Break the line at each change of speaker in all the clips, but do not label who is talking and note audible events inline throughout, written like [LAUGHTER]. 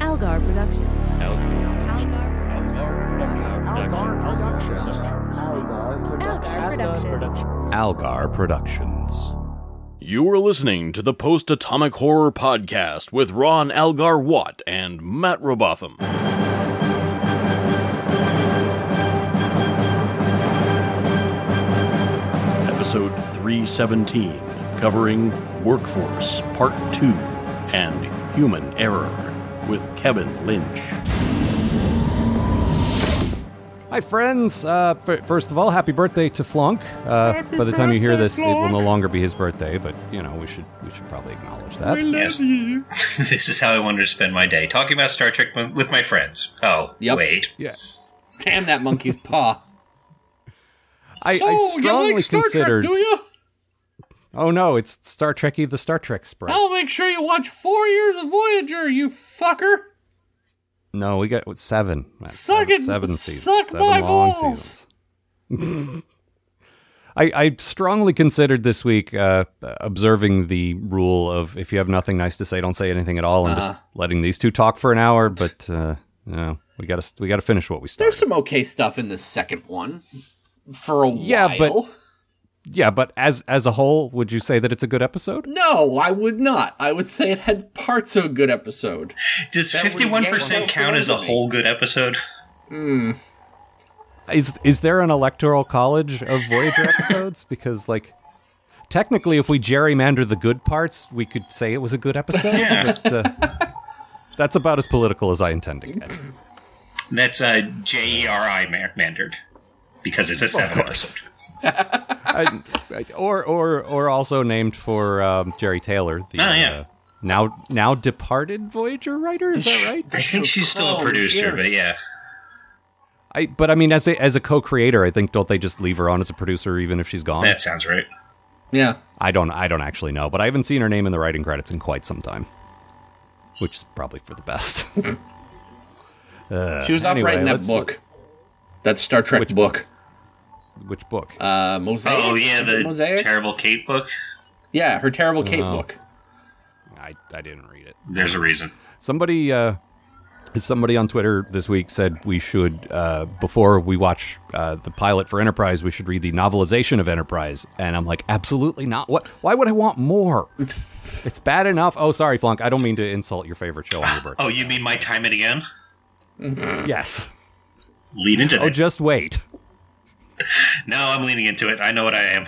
Algar Productions.
Algar Productions.
Algar Productions.
You are listening to the Post Atomic Horror Podcast with Ron Algar Watt and Matt Robotham. Episode 317, covering Workforce Part 2 and Human Error with Kevin Lynch.
Hi, friends. Uh, f- first of all, happy birthday to Flunk. Uh, by the time you hear this, it will no longer be his birthday, but you know we should we should probably acknowledge that.
Yes. [LAUGHS] this is how I wanted to spend my day talking about Star Trek m- with my friends. Oh,
Yep.
wait.
Yeah,
Damn that monkey's [LAUGHS] paw.
I, I strongly considered.
you?
oh no, it's Star Trekky the Star Trek spread.
make sure you watch four years of Voyager, you fucker.
No, we got what, seven. Matt,
Suck
seven,
it-
Seven seasons.
suck
seven
my
long
balls.
seasons. [LAUGHS] I, I strongly considered this week uh, observing the rule of if you have nothing nice to say, don't say anything at all, and
Uh-huh.
just letting these two talk for an hour. But uh, no, we got to we got to finish what we started.
There's some okay stuff in the second one. For a
Yeah,
while.
but- yeah, but as as a whole, would you say that it's a good episode?
No, I would not. I would say it had parts of a good episode.
Does
That would
fifty-one
yank
percent
one
count as a
away.
whole good episode?
Is is there an electoral college of
[LAUGHS]
Voyager episodes? Because like. Technically, if we gerrymander the good parts, we could say it was a good episode. But, uh, that's about as political as I intend to get.
That's uh, J E R I ma- mandered because it's a seven episode.
I, I- or or or also named for um, Jerry Taylor, the
Oh, yeah.
uh, now now departed Voyager writer. Is that right?
I think she's still a
Oh,
producer, but
years.
yeah,
I, but I mean, as a as a co-creator, I think don't they just leave her on as a producer even if she's gone?
that sounds right.
Yeah.
I don't I don't actually know, but I haven't seen her name in the writing credits in quite some time, which is probably for the best. [LAUGHS]
Uh, She was off
anyway,
writing that
let's
book. That Star Trek book.
Which book?
Uh, Mosaic?
Oh
Is
yeah,
it
the
Mosaic?
terrible Kate book.
yeah, her Terrible Kate
Oh.
book. [LAUGHS]
I I didn't read it.
There's a reason.
Somebody uh, somebody on Twitter this week said we should uh, before we watch uh, the pilot for Enterprise, we should read the novelization of Enterprise. And I'm like, absolutely not. What? Why would I want more? It's bad enough. Oh, sorry, Flunk. I don't mean to insult your favorite show on your birthday.
Oh, you mean my time it again?
yes.
Lean into
Oh,
it.
just wait.
no, I'm leaning into it. I know what I am.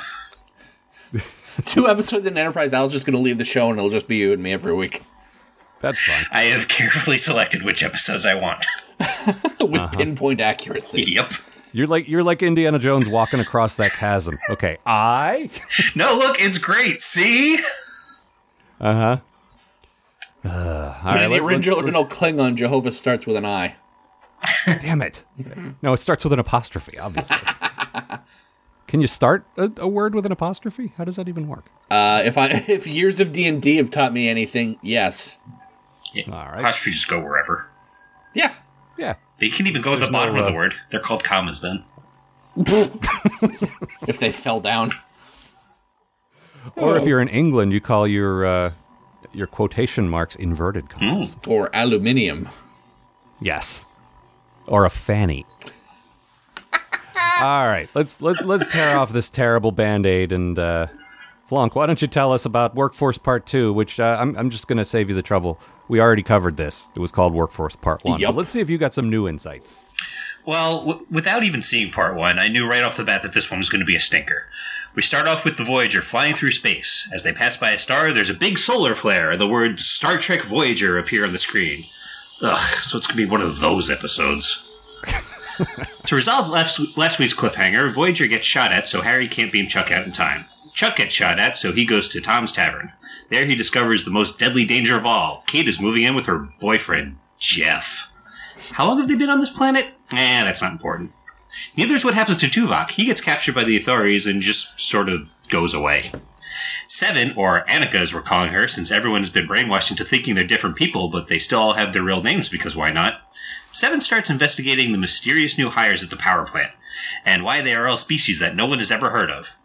Two episodes in Enterprise. I was just going to leave the show and it'll just be you and me every week [LAUGHS]
That's fine.
I have [LAUGHS] carefully selected which episodes I want. [LAUGHS]
with
Uh-huh.
pinpoint accuracy.
yep.
You're like you're like Indiana Jones walking across that chasm. Okay, I.
No, look, it's great. See. [LAUGHS]
All
In
right,
the
let- let's-
original Klingon, Jehovah starts with an I.
Damn it. No, it starts with an apostrophe, obviously. Can you start a, a word with an apostrophe? How does that even work?
Uh, if I [LAUGHS] if years of D and D have taught me anything, yes,
All right.
Apostrophes just go wherever.
[LAUGHS]
yeah.
Yeah.
They can even go at the bottom
no,
of
uh,
the word. They're called commas then.
if they fell down,
Or if you're in England, you call your uh, your quotation marks inverted commas.
or aluminium.
Yes. Or
[LAUGHS]
a fanny. All right. Let's let's let's tear off this terrible band-aid and uh Flonk, why don't you tell us about Workforce Part 2, which uh, I'm, I'm just going to save you the trouble. We already covered this. It was called Workforce Part 1.
Yup.
But let's see if you got some new insights.
Well, w- without even seeing part one, I knew right off the bat that this one was going to be a stinker. We start off with the Voyager flying through space. As they pass by a star, there's a big solar flare. The words Star Trek Voyager appear on the screen. Ugh, so it's going to be one of those episodes. to resolve last, last week's cliffhanger, Voyager gets shot at, so Harry can't beam Chuck out in time. Chuck gets shot at, so he goes to Tom's Tavern. There he discovers the most deadly danger of all. Kate is moving in with her boyfriend, Jeff. How long have they been on this planet? Eh, that's not important. Neither is what happens to Tuvok. He gets captured by the authorities and just sort of goes away. Seven, or Annika as we're calling her, since everyone has been brainwashed into thinking they're different people, but they still all have their real names because why not? Seven starts investigating the mysterious new hires at the power plant, and why they are all species that no one has ever heard of.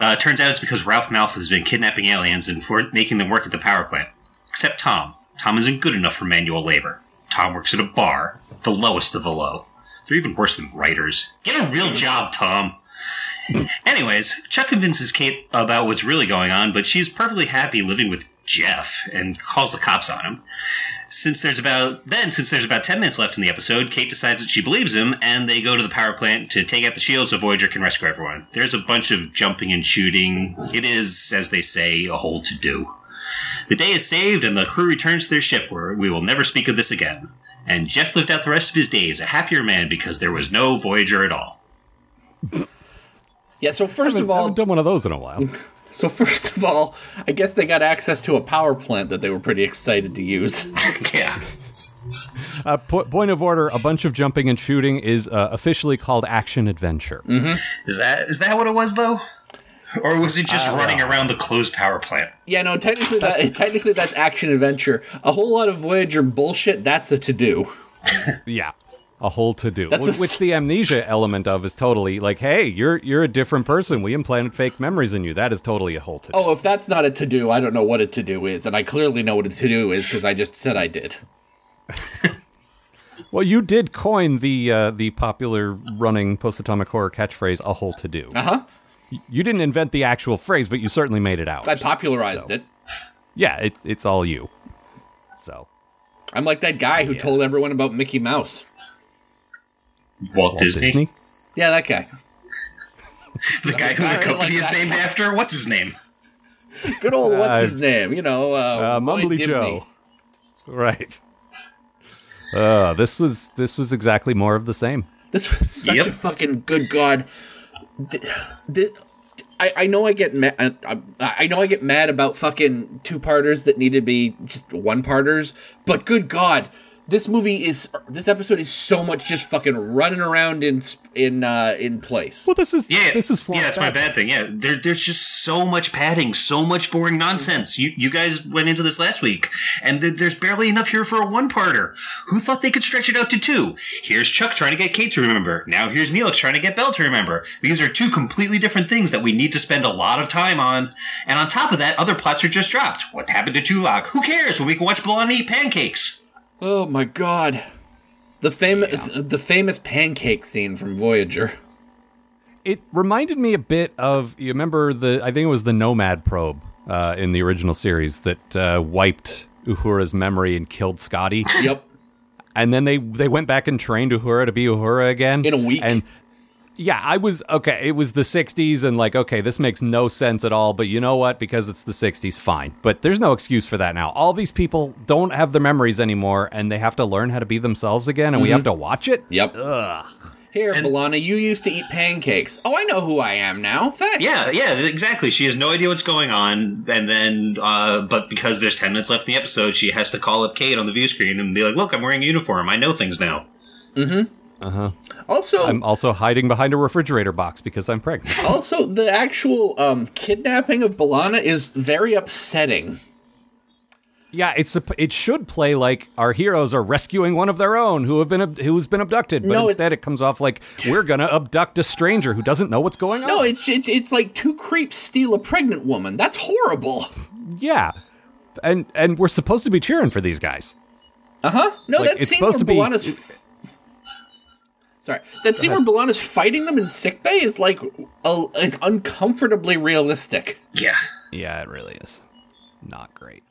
Uh, turns out it's because Ralph Malph has been kidnapping aliens and for making them work at the power plant. Except Tom. Tom isn't good enough for manual labor. Tom works at a bar, the lowest of the low. They're even worse than writers. Get a real job, Tom. Anyways, Chuck convinces Kate about what's really going on, but she's perfectly happy living with Jeff and calls the cops on him. Since there's about then, since there's about ten minutes left in the episode, Kate decides that she believes him, and they go to the power plant to take out the shield so Voyager can rescue everyone. There's a bunch of jumping and shooting. It is, as they say, a whole to do. The day is saved, and the crew returns to their ship, where we will never speak of this again. And Jeff lived out the rest of his days a happier man because there was no Voyager
[LAUGHS]
at all.
Yeah, so first of
I
all,
haven't done one of those in
[LAUGHS]
a while.
so first of all, I guess they got access to a power plant that they were pretty excited to use. [LAUGHS]
yeah.
Uh, po- point of order: a bunch of jumping and shooting is uh, officially called action adventure.
Is that is that what it was though? Or was it just running around the closed power plant?
yeah, no, technically that technically that's action adventure. A whole lot of Voyager bullshit. That's a to do.
Yeah, a whole to do,
That's a
which,
s-
the amnesia element of is totally like, hey, you're you're a different person. We implanted fake memories in you. That is totally a whole to do.
Oh, if that's not a to do, I don't know what a to do is, and I clearly know what a to do is because I just said I did.
Well, you did coin the uh, the popular running post atomic horror catchphrase, a whole to
Uh-huh.
do. Uh
Uh-huh.
huh. You didn't invent the actual phrase, but you certainly made it out.
I popularized
So.
it.
yeah, it, it's all you. So
I'm like that guy who told everyone about Mickey Mouse.
Walt, Disney?
Disney.
Yeah, that guy.
The guy who
I don't
the company
like
is
that.
named after? What's his name?
Good old
[LAUGHS]
what's his name? You know, uh,
uh,
Lloyd
Mumbly
Dibney.
Joe. [LAUGHS] Right. Uh, this was this was exactly more of the same.
This was [LAUGHS] such
Yep.
a fucking good god. Th- th- I, I know I get mad. I, I I know I get mad about fucking two parters that need to be just one parters, but good god, this movie is this episode is so much just fucking running around in sp- in uh, in place.
Well, this is
Yeah,
this is
yeah. That's my bad thing. Yeah, there, there's just so much padding, so much boring nonsense. You you guys went into this last week, and th- there's barely enough here for a one-parter. Who thought they could stretch it out to two? Here's Chuck trying to get Kate to remember. Now here's Neelix trying to get Bell to remember. These are two completely different things that we need to spend a lot of time on. And on top of that, other plots are just dropped. What happened to Tulak? Who cares? When we can watch Blonde eat pancakes.
Oh my god, the famous the famous pancake scene from Voyager.
It reminded me a bit of you remember the I think it was the Nomad probe uh, in the original series that uh, wiped Uhura's memory and killed Scotty,
Yep.
and then they they went back and trained Uhura to be Uhura again
In a week.
And yeah, I was okay. It was the '60s, and like okay, this makes no sense at all. But you know what? Because it's the '60s, fine. But there's no excuse for that now. All these people don't have their memories anymore, and they have to learn how to be themselves again, and we
Mm-hmm.
have to watch it.
Yep. Here, Milana, you used to eat pancakes. Oh, I know who I am now. Thanks.
Yeah, yeah, exactly. She has no idea what's going on, and then, uh, but because there's ten minutes left in the episode, she has to call up Kate on the view screen and be like, "Look, I'm wearing a uniform. I know things now."
Also,
I'm also hiding behind a refrigerator box because I'm pregnant.
also the actual um, kidnapping of Balana is very upsetting.
Yeah, it's supp- it should play like our heroes are rescuing one of their own who have been ab- who's been abducted, but
No, it's-
instead it comes off like we're gonna abduct a stranger who doesn't know what's going on.
No, it's it's it's like two creeps steal a pregnant woman. That's horrible.
yeah, and and we're supposed to be cheering for these guys.
No,
Like,
that
it's
scene where
supposed to be-
Balana's sorry, that scene where Balana's fighting them in sickbay is like a, it's uncomfortably realistic.
Yeah,
Yeah, it really is not great.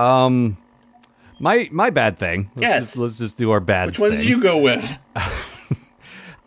Um, my my bad thing. Let's
Yes.
just, let's just do our bad.
Which one did you go with?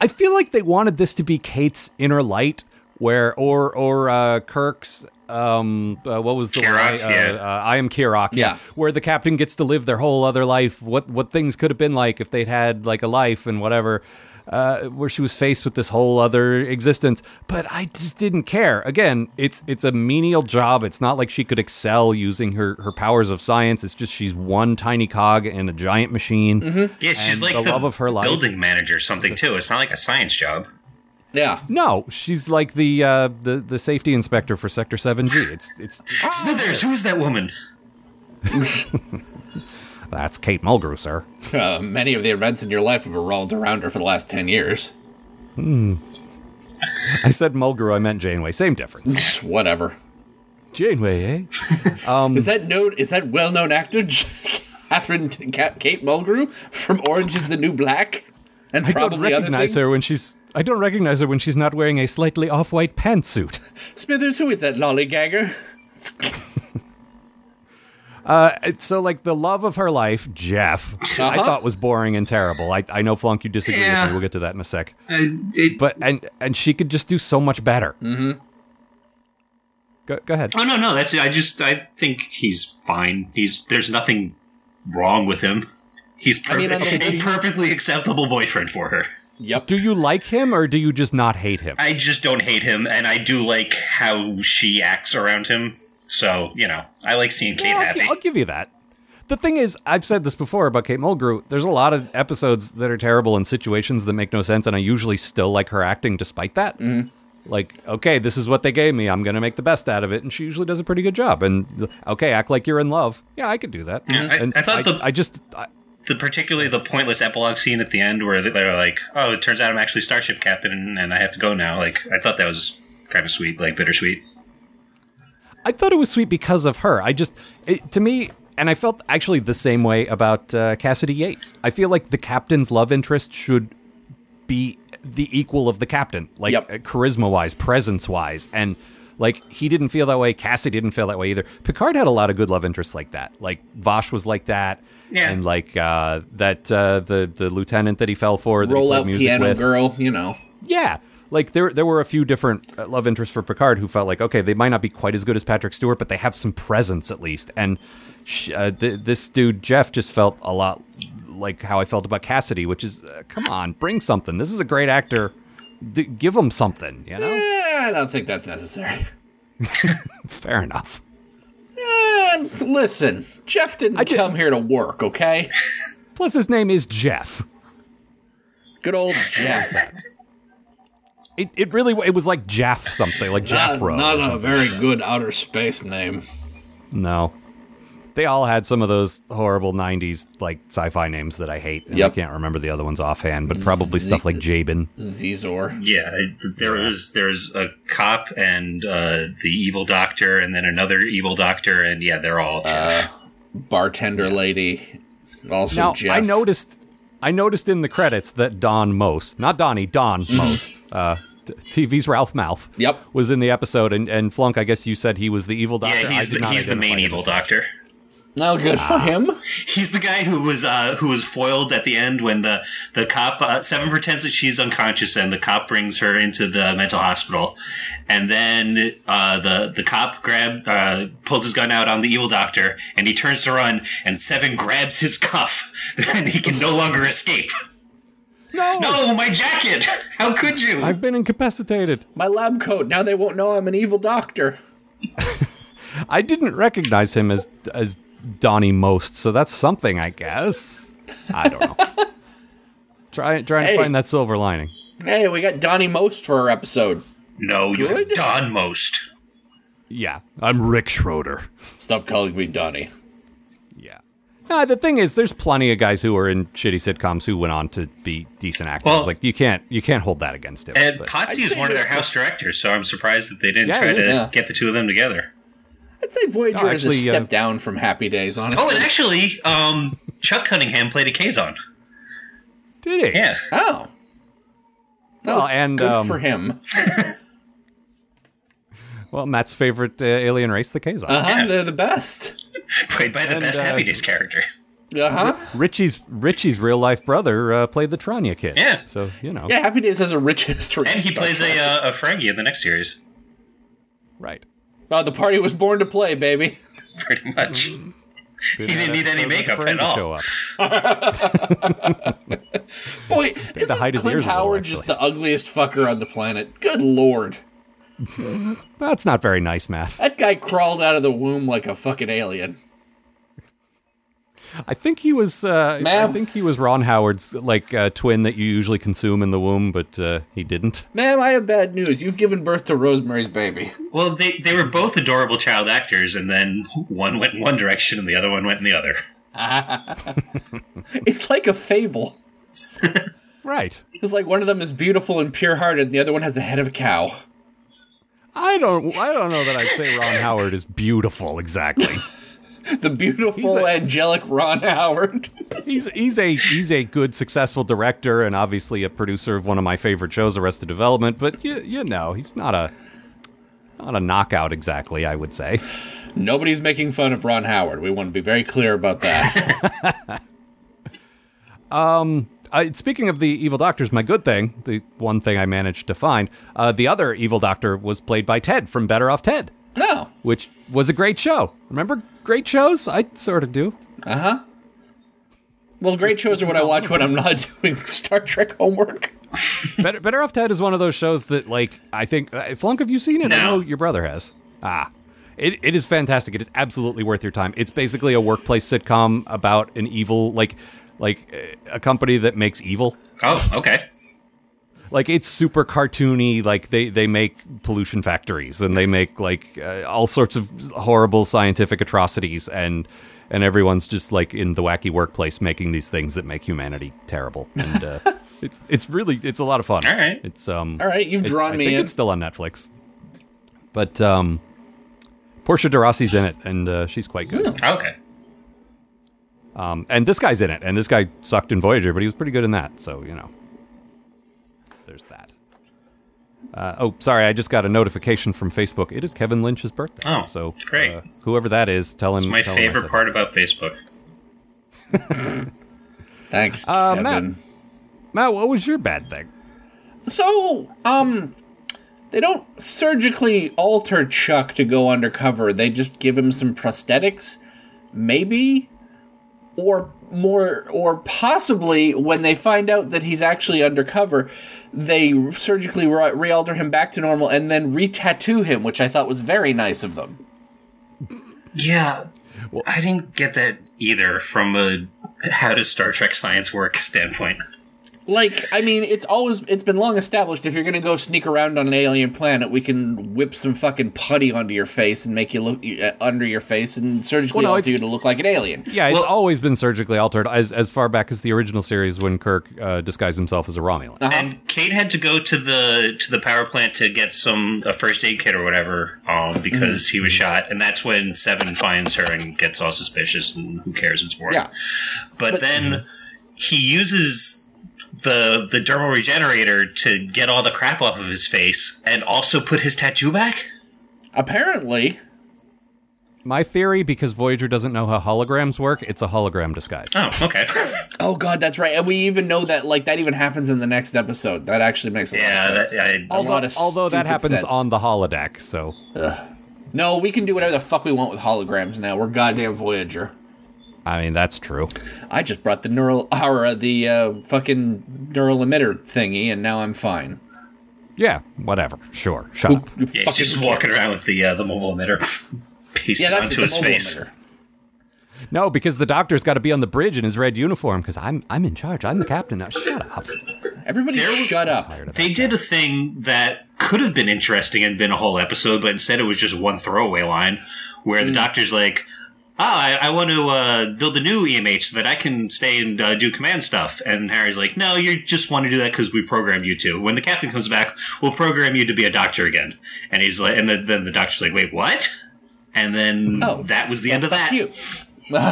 I feel like they wanted this to be Kate's inner light, where or or uh, Kirk's. Um, uh, what was the one?
Kirok,
I, uh,
yeah.
uh, I am Kirok.
Yeah.
where the captain gets to live their whole other life. What what things could have been like if they'd had like a life and whatever. Uh, where she was faced with this whole other existence, but I just didn't care. Again, it's it's a menial job. It's not like she could excel using her her powers of science. It's just she's one tiny cog in a giant machine.
yeah. She's
And
like
the love of her life.
building manager or something too. It's not like a science job.
Yeah.
No, she's like the uh, the the safety inspector for Sector Seven G. It's it's
Smithers, who is that woman?
that's Kate Mulgrew, sir.
Uh, many of the events in your life have revolved around her for the last ten years.
I said Mulgrew, I meant Janeway. Same difference.
Whatever.
Janeway, eh?
Is that known? Is that well-known actor [LAUGHS] Catherine Ca- Kate Mulgrew from Orange Is the New Black? And
I don't
probably other
recognize
things?
her when she's. I don't recognize her when she's not wearing a slightly off-white pantsuit.
Smithers, who is that lollygagger?
Uh, It's So, like, the love of her life, Jeff, I
Uh-huh.
thought was boring and terrible. I, I know, Flunk, you disagree
Yeah.
with me. We'll get to that in a sec.
Uh, it,
But and and she could just do so much better. Mm-hmm. Go, go ahead.
oh no, no, that's I just I think he's fine. He's there's nothing wrong with him. He's
I mean,
perfect-
on the-
a perfectly acceptable boyfriend for her.
Yep.
Do you like him or do you just not hate him?
I just don't hate him, and I do like how she acts around him. So you know, I like seeing Kate
Yeah, I'll, gi-
happy.
I'll give you that. The thing is, I've said this before about Kate Mulgrew. There's a lot of episodes that are terrible and situations that make no sense, and I usually still like her acting despite that.
Mm-hmm.
Like, okay, this is what they gave me. I'm going to make the best out of it, and she usually does a pretty good job. And okay, act like you're in love. Yeah, I could do that.
I-
and
I thought the-
I just I,
the particularly the pointless epilogue scene at the end where they're like, "Oh, it turns out I'm actually starship captain and I have to go now." Like, I thought that was kind of sweet, like bittersweet.
I thought it was sweet because of her. I just, it, to me, and I felt actually the same way about uh, Cassidy Yates. I feel like the captain's love interest should be the equal of the captain, like
Yep.
charisma wise, presence wise, and like he didn't feel that way. Cassidy didn't feel that way either. Picard had a lot of good love interests like that. Like Vosh was like that,
Yeah.
and like uh, that uh, the the lieutenant that he fell for, that he
Roll
played
out
music
piano
with.
girl. You know.
Yeah. Like there, there were a few different uh, love interests for Picard who felt like okay, they might not be quite as good as Patrick Stewart, but they have some presence at least. And sh- uh, th- this dude Jeff just felt a lot like how I felt about Cassidy, which is uh, come on, bring something. This is a great actor. D- give him something, you know.
Eh, I don't think that's necessary.
Fair enough.
Eh, listen, Jeff didn't
did-
come here to work. Okay.
Plus, his name is Jeff.
Good
[LAUGHS]
old Jeff.
It, it really it was like Jeff something like
Not-
Jeffro.
Not, a very good outer space name.
No. They all had some of those horrible 90s like sci-fi names that I hate. And
Yep.
I can't remember the other ones offhand, but probably stuff like Jabin.
Zizor.
Yeah, I- there is there's a cop and uh, the evil doctor, and then another evil doctor, and yeah, they're all.
Uh,
Bartender lady. Also
Now,
Jeff.
I noticed I noticed in the credits that Don Most, not Donnie, Don
Mm-hmm.
Most, uh t- TV's Ralph Mouth.
Yep.
Was in the episode and, and Flunk, I guess you said he was the evil doctor.
yeah,
I
he's
did
the,
not
he's the
identify
main
him.
evil doctor.
No good
Ah.
for him.
He's the guy who was uh, who was foiled at the end when the the cop uh, Seven pretends that she's unconscious and the cop brings her into the mental hospital, and then uh, the the cop grab uh, pulls his gun out on the evil doctor and he turns to run and Seven grabs his cuff [LAUGHS] and he can no longer escape.
No.
No, my jacket! How could you?
I've been incapacitated.
My lab coat. Now they won't know I'm an evil doctor.
I didn't recognize him as as Donnie Most, so that's something, I guess. I don't
[LAUGHS]
know. Try, trying
Hey.
to find that silver lining.
Hey, we got Donnie Most for our episode.
no, you're
Good?
Don Most.
Yeah, I'm Rick Schroeder.
Stop calling me Donnie.
Yeah. Nah, the thing is, there's plenty of guys who are in shitty sitcoms who went on to be decent actors.
Well-
like you can't you can't hold that against him.
And
but-
Potsy is one of their house directors, so I'm surprised that they didn't
Yeah,
try
he
to
is,
yeah.
get the two of them together.
I'd say Voyager
No,
is
actually,
a step
uh,
down from Happy Days, honestly.
Oh, and actually, um, Chuck Cunningham played a Kazon.
did he?
Yeah.
Oh.
Well, and
good
um,
for him.
well, Matt's favorite uh, alien race, the Kazon.
Uh huh. They're the best.
[LAUGHS] played by the
And,
best
uh,
Happy Days character.
Uh huh.
Richie's Richie's real life brother uh, played the Tranya kid.
Yeah.
So you know.
Yeah, Happy Days has a rich history.
And he
Star
plays
Trek.
a, uh, a Ferengi in the next series, [LAUGHS]
Right.
Oh, the party was born to play, baby.
pretty much. [LAUGHS] he didn't need any makeup
Friend
at
to show
all.
up.
Boy, is
hide his
Clint
ears a little,
Howard just
actually.
the ugliest fucker on the planet? Good lord,
That's not very nice, Matt.
that guy crawled out of the womb like a fucking alien.
I think he was. Uh, I
Ma'am?
think he was Ron Howard's like uh, twin that you usually consume in the womb, but uh, he didn't.
Ma'am, I have bad news. You've given birth to Rosemary's baby.
Well, they, they were both adorable child actors, and then one went in one direction and the other one went in the other.
It's like a fable.
Right.
It's like one of them is beautiful and pure-hearted, and the other one has the head of a cow.
I don't. I don't know that I'd say Ron Howard is beautiful exactly.
[LAUGHS] The beautiful
a-
angelic Ron Howard.
[LAUGHS] he's he's a he's a good successful director and obviously a producer of one of my favorite shows, Arrested Development. But you you know he's not a not a knockout exactly. I would say.
Nobody's making fun of Ron Howard. We want to be very clear about that.
[LAUGHS] Uh, speaking of the evil doctors, my good thing, the one thing I managed to find, uh, the other evil doctor was played by Ted from Better Off Ted,
no.
which was a great show. Remember great shows? I sort of do.
Well, great shows are what I watch when I'm not [LAUGHS] doing Star Trek homework.
[LAUGHS] Better, Better Off Ted is one of those shows that, like, I think, uh, Flunk, have you seen it? I
No.
know your brother has. Ah. It, it is fantastic. It is absolutely worth your time. It's basically a workplace sitcom about an evil, like, like uh, a company that makes evil.
Oh, okay.
like it's super cartoony like they they make pollution factories and they make like uh, all sorts of horrible scientific atrocities and and everyone's just like in the wacky workplace making these things that make humanity terrible
[LAUGHS]
and uh, it's it's really it's a lot of fun
All right.
it's um
All right, you've
it's-
drawn
I
me
think
in.
it's still on netflix but um portia de rossi's in it and uh, she's quite good
Okay.
um, and this guy's in it, and this guy sucked in Voyager, but he was pretty good in that. So you know, there's that. Uh, oh, sorry, I just got a notification from Facebook. It is Kevin Lynch's birthday.
Oh,
so
great.
Uh, whoever that is, tell him.
It's my
tell him I
favorite
said-
part about Facebook.
Thanks,
Uh,
Kevin.
Matt. Matt, what was your bad thing?
So, um, they don't surgically alter Chuck to go undercover. They just give him some prosthetics, maybe, or more, or possibly when they find out that he's actually undercover, they surgically re- re-alter him back to normal and then re-tattoo him, which I thought was very nice of them.
Yeah. I didn't get that either from a how does Star Trek science work standpoint.
Like, I mean, it's always it's been long established if you're gonna go sneak around on an alien planet, we can whip some fucking putty onto your face and make you look uh, under your face and surgically
Well, no,
alter
it's-
you to look like an alien.
Yeah, it's
Well-
always been surgically altered as as far back as the original series when Kirk uh, disguised himself as a Romulan.
Um,
And Kate had to go to the to the power plant to get some a first aid kit or whatever, um,
Mm-hmm.
because he was shot, and that's when Seven finds her and gets all suspicious and who cares? It's boring.
Yeah.
but, then he uses the the dermal regenerator to get all the crap off of his face and also put his tattoo back.
Apparently,
My theory, because Voyager doesn't know how holograms work, it's a hologram disguise.
Oh, okay.
oh god, that's right. And we even know that like that even happens in the next episode. That actually makes a lot
[LAUGHS] yeah,
of sense.
that, I,
A lot
although,
of
although that
stupid
happens
sense.
on the holodeck, so
No, we can do whatever the fuck we want with holograms now. We're goddamn Voyager.
I mean that's true.
I just brought the neural [LAUGHS] aura, the uh, fucking neural emitter thingy, and now I'm fine.
Yeah, whatever. Sure. Shut up.
yeah, he's just walking around with the uh, the mobile emitter [LAUGHS] pasted
Yeah, that's
onto
the
his
mobile
face.
emitter.
No, because the doctor's got to be on the bridge in his red uniform because I'm I'm in charge. I'm the captain now. Shut up.
Everybody,
There was-
shut up.
They did a thing that could have been interesting and been a whole episode, but instead it was just one throwaway line where
Hmm.
the doctor's like, "Ah, I, I want to uh, build a new EMH so that I can stay and uh, do command stuff." And Harry's like, "No, you just want to do that because we programmed you to. When the captain comes back, we'll program you to be a doctor again." And he's like, and then, then the doctor's like, "Wait, what?" And then
Oh.
that was the end of that.
You. [LAUGHS]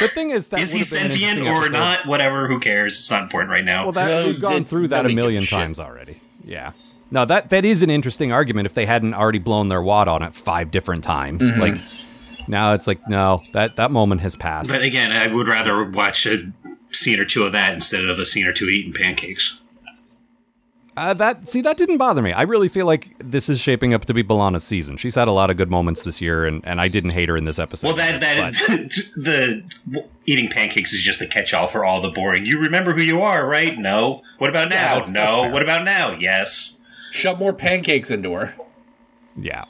The thing is that
Is he
would've been an
sentient
interesting
or
episode.
not? Whatever, who cares? It's not important right now.
Well, that
No,
we've gone
it's-
through that a
nobody gives a
million
shit.
times already. Yeah. No, that that is an interesting argument if they hadn't already blown their wad on it five different times.
Mm-hmm.
Like now it's like no, that that moment has passed.
But again, I would rather watch a scene or two of that instead of a scene or two eating pancakes.
Uh, that see that didn't bother me. I really feel like this is shaping up to be Balana's season. She's had a lot of good moments this year, and, and I didn't hate her in this episode.
Well, that that [LAUGHS] the eating pancakes is just a catch-all for all the boring. You remember who you are, right? No. What about now?
that's- that's
no.
fair.
what about now? Yes.
Shove more pancakes into her.
Yeah.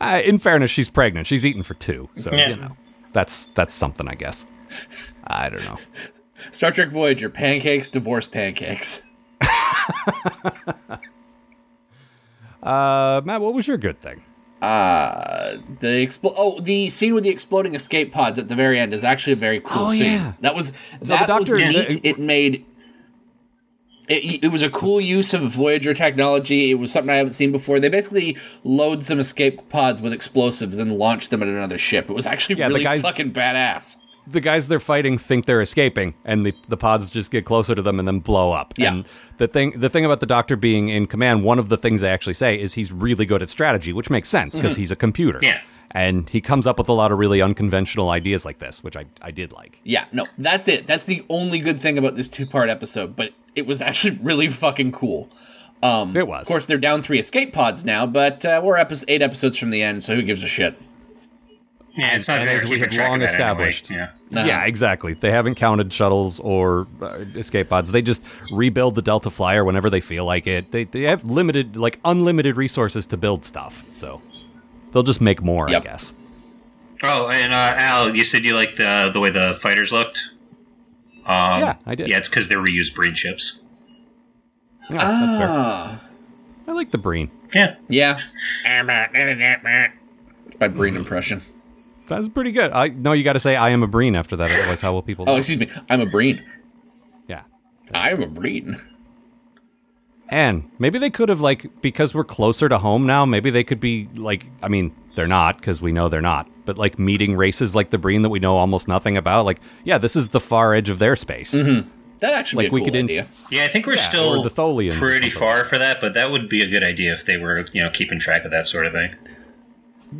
Uh, in fairness, she's pregnant. She's eating for two, so
Yeah.
you know that's that's something, I guess. I don't know.
Star Trek Voyager, pancakes, divorce pancakes.
Uh, Matt, what was your good thing?
Uh, The expl- oh, the scene with the exploding escape pods at the very end is actually a very cool
Oh,
scene.
yeah.
That was that
doctor-
was neat.
Yeah.
it made it, it was a cool use of Voyager technology. It was something I haven't seen before. They basically load some escape pods with explosives and launch them at another ship. It was actually
Yeah, the
really
guys-
fucking badass.
the guys they're fighting think they're escaping, and the, the pods just get closer to them and then blow up.
Yeah.
And the thing the thing about the doctor being in command, one of the things they actually say is he's really good at strategy, which makes sense because he's a computer.
Mm-hmm. Yeah.
And he comes up with a lot of really unconventional ideas like this, which I, I did like.
Yeah, no, that's it. That's the only good thing about this two part episode, but it was [LAUGHS] actually really fucking cool. Um,
It was.
Of course, they're down three escape pods now, but uh, we're epi- eight episodes from the end, so who gives a shit?
Yeah, it's not
and
very
as we
keep a
have
track
long
of that anyway.
established.
Yeah.
Yeah, exactly. They haven't counted shuttles or uh, escape pods. They just rebuild the Delta Flyer whenever they feel like it. They, they have limited, like unlimited resources to build stuff, so they'll just make more,
Yep.
I guess.
Oh, and uh, Al, you said you liked the the way the fighters looked. Um,
Yeah, I did.
Yeah, it's because they're reused brain chips.
Yeah, that's fair.
Ah.
I like the Breen.
Yeah,
Yeah. It's my brain impression.
That's pretty good. I no, you got to say I am a Breen after that. Otherwise, how will people?
Oh,
know?
excuse me. I'm a brain.
yeah.
I'm a brain.
And maybe they could have like because we're closer to home now. Maybe they could be like. I mean, they're not because we know they're not. But like meeting races like the Breen that we know almost nothing about. Like, yeah, this is the far edge of their space.
Mm-hmm.
That actually be
Like,
a
we
cool
could in-
idea.
yeah. I think we're
or
still
the Tholians or
pretty
something.
far for that, but that would be a good idea if they were, you know, keeping track of that sort of thing.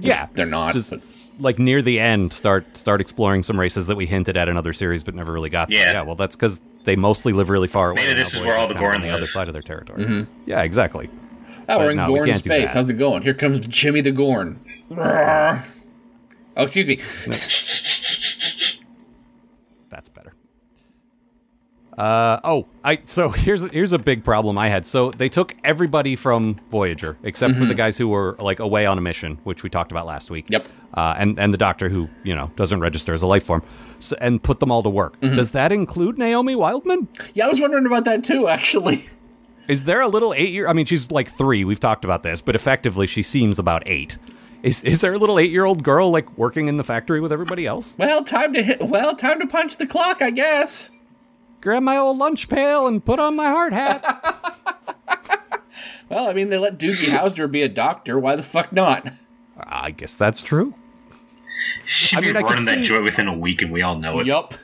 Yeah,
They're not.
Just
but-
like near the end, start start exploring some races that we hinted at in other series, but never really got. to.
Yeah.
yeah. Well, that's because they mostly live really far away.
Maybe
and
this is
Hellboy
where all
is
the
kind of
Gorn
on the other
live. Mm-hmm.
side of their territory. Yeah, exactly.
Oh, we're in
no, we
Gorn
can't do
space.
that.
How's it going? Here comes Jimmy the Gorn. oh, excuse me.
That's better. Uh, oh, I so [LAUGHS] here's here's a big problem I had. So they took everybody from Voyager except for the guys who were like away on a mission, which we talked about last week.
Yep.
Uh, and and the Doctor who you know doesn't register as a life form, so, and put them all to work. Does that include Naomi Wildman?
Yeah, I was wondering about that too, actually. [LAUGHS]
Is there a little eight year? I mean, she's like three. We've talked about this, but effectively she seems about eight. Is is there a little eight year old girl like working in the factory with everybody else?
Well, time to hit. Well, time to punch the clock, I guess.
Grab my old lunch pail and put on my hard hat.
Well, I mean, they let Doogie Howser be a doctor. Why the fuck not?
I guess that's true.
She'd
I
be
mean, I can
running that
see-
joy within a week, and we all know it.
Yup.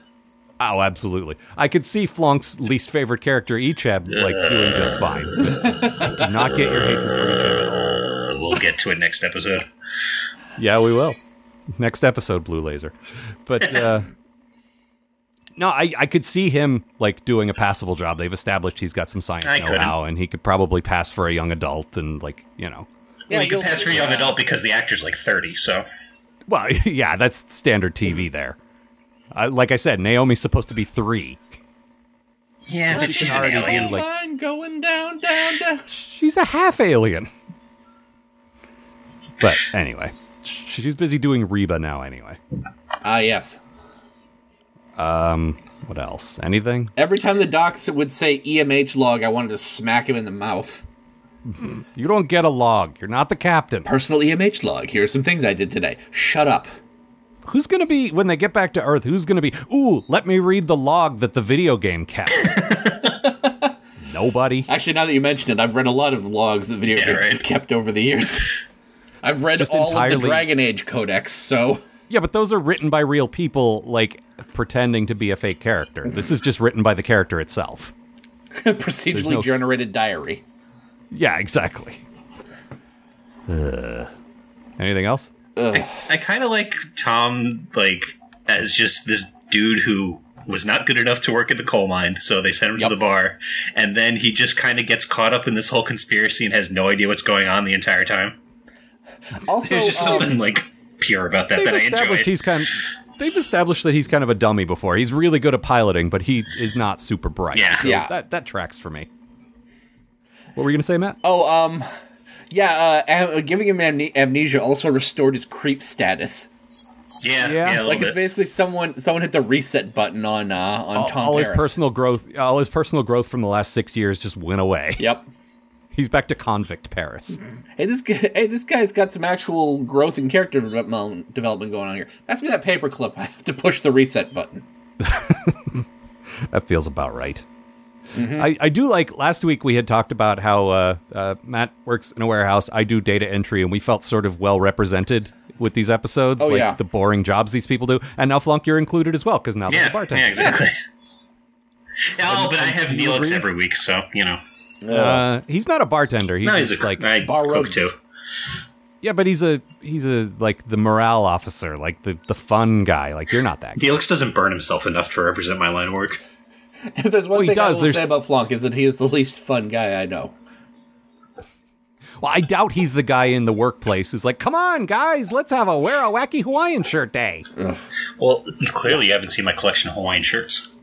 Oh, absolutely. I could see Flonk's least favorite character, Echeb, like doing just fine. But do not get your hatred for Echeb at all.
Uh, we'll get to it next [LAUGHS] episode.
Yeah, we will. Next episode, Blue Laser. But uh, no, I, I could see him like doing a passable job. They've established he's got some science
I
know-how, and he could probably pass for a young adult, and like you know,
well, you can pass for a young adult because the actor's like thirty. So
well, [LAUGHS] yeah, that's standard TV there. I, like I said, Naomi's supposed to be three.
yeah, but she's an
already
alien.
be, like-
Line going down, down, down.
She's a half alien. But anyway, she's busy doing Reba now. Anyway,
Ah, yes.
what else? Anything?
Every time the docs would say EMH log, I wanted to smack him in the mouth.
You don't get a log. You're not the captain.
Personal EMH log. Here are some things I did today. Shut up.
Who's gonna be when they get back to Earth? Who's gonna be? Ooh, let me read the log that the video game kept. Nobody.
Actually, now that you mentioned it, I've read a lot of logs that video
Yeah,
games have
right.
kept over the
[LAUGHS]
years. I've read
Just
all of the
entirely-
Dragon Age codex, so [LAUGHS]
Yeah, but those are written by real people, like pretending to be a fake character. This is just written by the character itself.
procedurally
no-
generated diary.
Yeah, exactly. Ugh. Anything else?
I kind of like Tom, like as just this dude who was not good enough to work at the coal mine, so they sent him
Yup.
to the bar, and then he just kind of gets caught up in this whole conspiracy and has no idea what's going on the entire time.
Also,
There's just
um,
something like pure about that
They've
that I
established
enjoyed.
he's kind. they've established that he's kind of a dummy before. He's really good at piloting, but he is not super bright.
Yeah.
So
Yeah.
That that tracks for me. What were you gonna say, Matt?
oh, um, yeah, uh, am- giving him amne- amnesia also restored his creep status.
Yeah, yeah,
Yeah.
a little
Like it's
bit.
basically someone someone hit the reset button on uh, on Tom
all his
Paris.
personal growth, all his personal growth from the last six years just went away. [LAUGHS]
Yep.
He's back to convict Paris.
Hey, this guy, [LAUGHS] hey, this guy's got some actual growth and character development development going on here. That's me that [LAUGHS] paperclip. I have to push the reset button.
That feels about right.
Mm-hmm.
I, I do like last week we had talked about how uh, uh, Matt works in a warehouse. I do data entry, and we felt sort of well represented with these episodes.
Oh,
like
yeah.
the boring jobs these people do, and now Flunk, you're included as well because now there's
Yeah,
a bartender.
yeah, exactly. [LAUGHS] oh, but I have
you
Neelix
agree?
every week, so you know.
Uh, he's not a bartender. He's,
No, he's
just
a cook.
like
I
borrowed-
cook too.
yeah, but he's a he's a like the morale officer, like the the fun guy. Like you're not that. guy.
Neelix doesn't burn himself enough to represent my line of work.
[LAUGHS] If Oh, there's one
Well, he
thing I
does,
will
there's-
say about Flonk is that he is the least fun guy I know.
Well, I doubt he's the guy in the workplace who's like, "Come on, guys, let's have a wear a wacky Hawaiian shirt day."
Well, clearly you haven't seen my collection of Hawaiian shirts.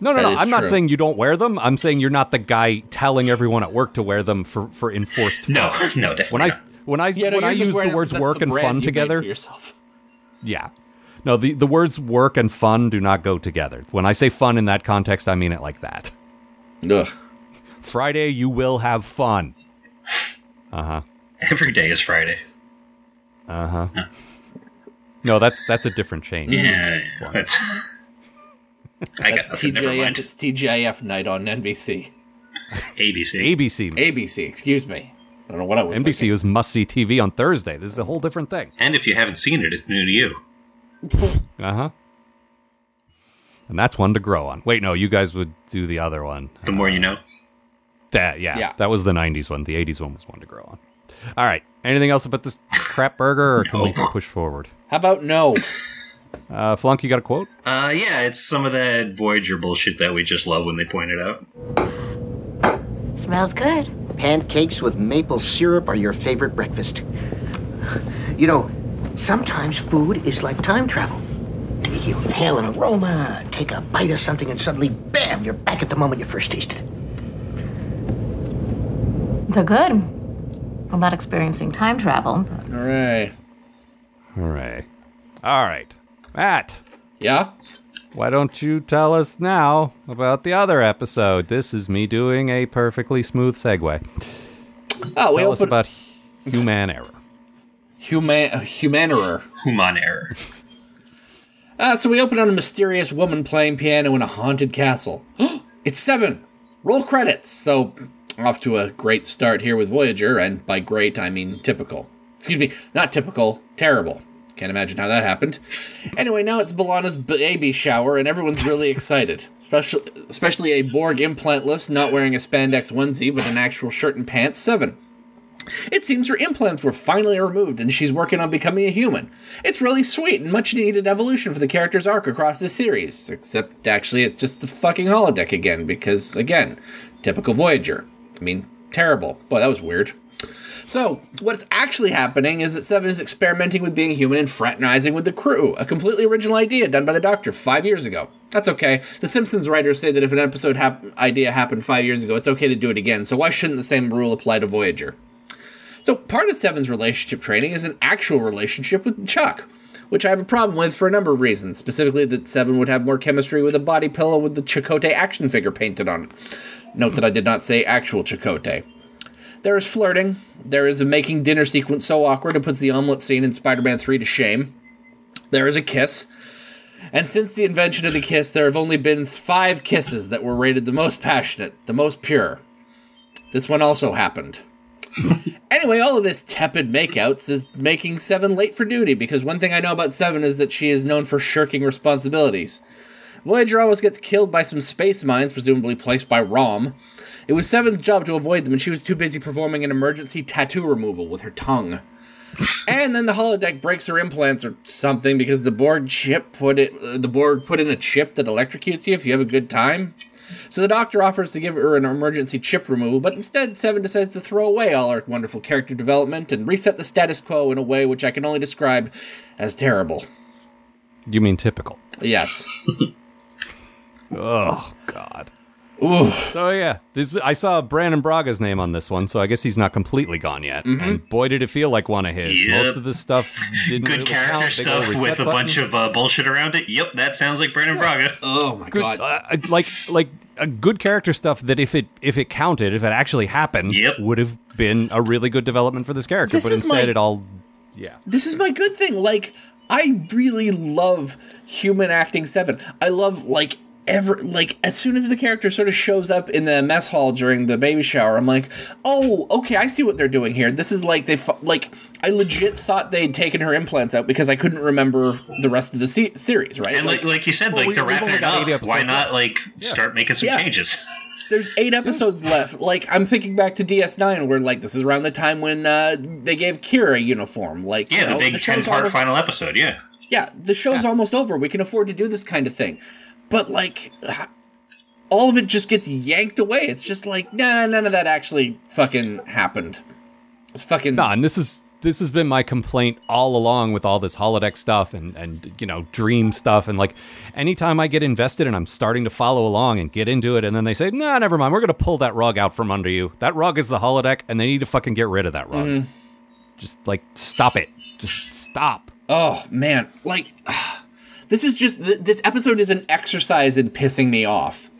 No, no,
That
no.
is
I'm not
true.
saying you don't wear them. I'm saying you're not the guy telling everyone at work to wear them for for enforced.
No, [LAUGHS] no, definitely
When I
not.
when I
Yeah, no,
when I
you're just
use the
wearing-
words
that's
work
the
and
brand
fun
you made
together,
for yourself.
yeah. No, the the words work and fun do not go together. When I say fun in that context, I mean it like that.
Ugh.
Friday, you will have fun.
Every day is Friday.
No, that's that's a different change.
Yeah, that's. [LAUGHS] I got nothing. Never
TGIF.
mind.
It's TGIF night on NBC.
ABC.
ABC, man.
ABC. Excuse me. I don't know what I was.
NBC was must see TV on Thursday. This is a whole different thing.
And if you haven't seen it, it's new to you.
Uh huh. And that's one to grow on. Wait, no, you guys would do the other one.
The more you know.
That yeah,
Yeah.
that was the '90s one. The '80s one was one to grow on. All right. Anything else about this crap burger, or can we
No.
push forward?
Thinking. How about no?
Uh, Flunk, you got a quote?
Uh, yeah, it's some of that Voyager bullshit that we just love when they point it out.
Smells good.
Pancakes with maple syrup are your favorite breakfast. You know, sometimes food is like time travel. You inhale an aroma, take a bite of something, and suddenly, bam, you're back at the moment you first tasted it.
They're good. I'm not experiencing time travel.
All right.
Hooray! All right, Matt.
Yeah.
Why don't you tell us now about the other episode? This is me doing a perfectly smooth segue.
Oh, we
Tell us
open
about human error.
human humanerer.
Human error.
Uh, so we open on a mysterious woman playing piano in a haunted castle. [GASPS] it's seven. Roll credits. So off to a great start here with Voyager, and by great I mean typical. Excuse me, not typical, terrible. Can't imagine how that happened. Anyway, now it's Balana's baby shower, and everyone's really excited. Especially, especially a Borg implantless, not wearing a spandex onesie, but an actual shirt and pants. Seven. It seems her implants were finally removed and she's working on becoming a human. It's really sweet and much needed evolution for the character's arc across the series. Except, actually, it's just the fucking holodeck again, because, again, typical Voyager. I mean, terrible. Boy, that was weird. So, what's actually happening is that Seven is experimenting with being human and fraternizing with the crew, a completely original idea done by the Doctor five years ago. That's okay. The Simpsons writers say that if an episode hap- idea happened five years ago, it's okay to do it again, so why shouldn't the same rule apply to Voyager? So part of Seven's relationship training is an actual relationship with Chuck, which I have a problem with for a number of reasons. Specifically, that Seven would have more chemistry with a body pillow with the Chakotay action figure painted on it. Note that I did not say actual Chakotay. There is flirting. There is a making dinner sequence so awkward it puts the omelet scene in Spider-Man 3 to shame. There is a kiss. And since the invention of the kiss, there have only been five kisses that were rated the most passionate, the most pure. This one also happened. Anyway, all of this tepid makeouts is making Seven late for duty because one thing I know about Seven is that she is known for shirking responsibilities. Voyager almost gets killed by some space mines, presumably placed by Rom. It was Seven's job to avoid them, and she was too busy performing an emergency tattoo removal with her tongue. and then the holodeck breaks her implants or something because the Borg chip put it. uh, the Borg put in a chip that electrocutes you if you have a good time. So the doctor offers to give her an emergency chip removal, but instead Seven decides to throw away all her wonderful character development and reset the status quo in a way which I can only describe as terrible.
You mean typical?
Yes.
Oh God.
Ooh.
So yeah, this I saw Brandon Braga's name on this one, so I guess he's not completely gone yet. And boy, did it feel like one of his.
Mm-hmm. Yep.
Most of the stuff didn't
Good
really
character
count. Big ol'
stuff
reset
with a
button.
bunch of uh, bullshit around it. Yep, that sounds like Brandon Braga.
Oh my
good,
god.
uh, like like a good character stuff that if it if it counted, if it actually happened,
Yep.
would have been a really good development for this character.
This
but
is
instead,
my-
it all
this is my good thing. Like, I really love human acting seven. I love like ever like as soon as the character sort of shows up in the mess hall during the baby shower, I'm like, oh, okay, I see what they're doing here. This is like they fu- like I legit thought they'd taken her implants out because I couldn't remember the rest of the se- series. Right?
And like, like you said, like
we-
they're
we've
wrapping
only
it
got
up.
80 episodes
Why not like start making some
Yeah.
changes?
There's eight episodes left. Like I'm thinking back to DS9, where like this is around the time when uh, they gave Kira a uniform. Like you
Yeah,
know,
the big ten
show's
part
already-
final episode. Yeah,
yeah, the show's almost over. We can afford to do this kind of thing. But like h- all of it just gets yanked away. It's just like, nah, none of that actually fucking happened. It's fucking
Nah, and this is this has been my complaint all along with all this holodeck stuff and and you know dream stuff and like anytime I get invested and I'm starting to follow along and get into it and then they say nah never mind we're gonna pull that rug out from under you that rug is the holodeck and they need to fucking get rid of that rug
Mm-hmm.
just like stop it just stop
oh man, like [SIGHS] this is just th- this episode is an exercise in pissing me
[LAUGHS]
off.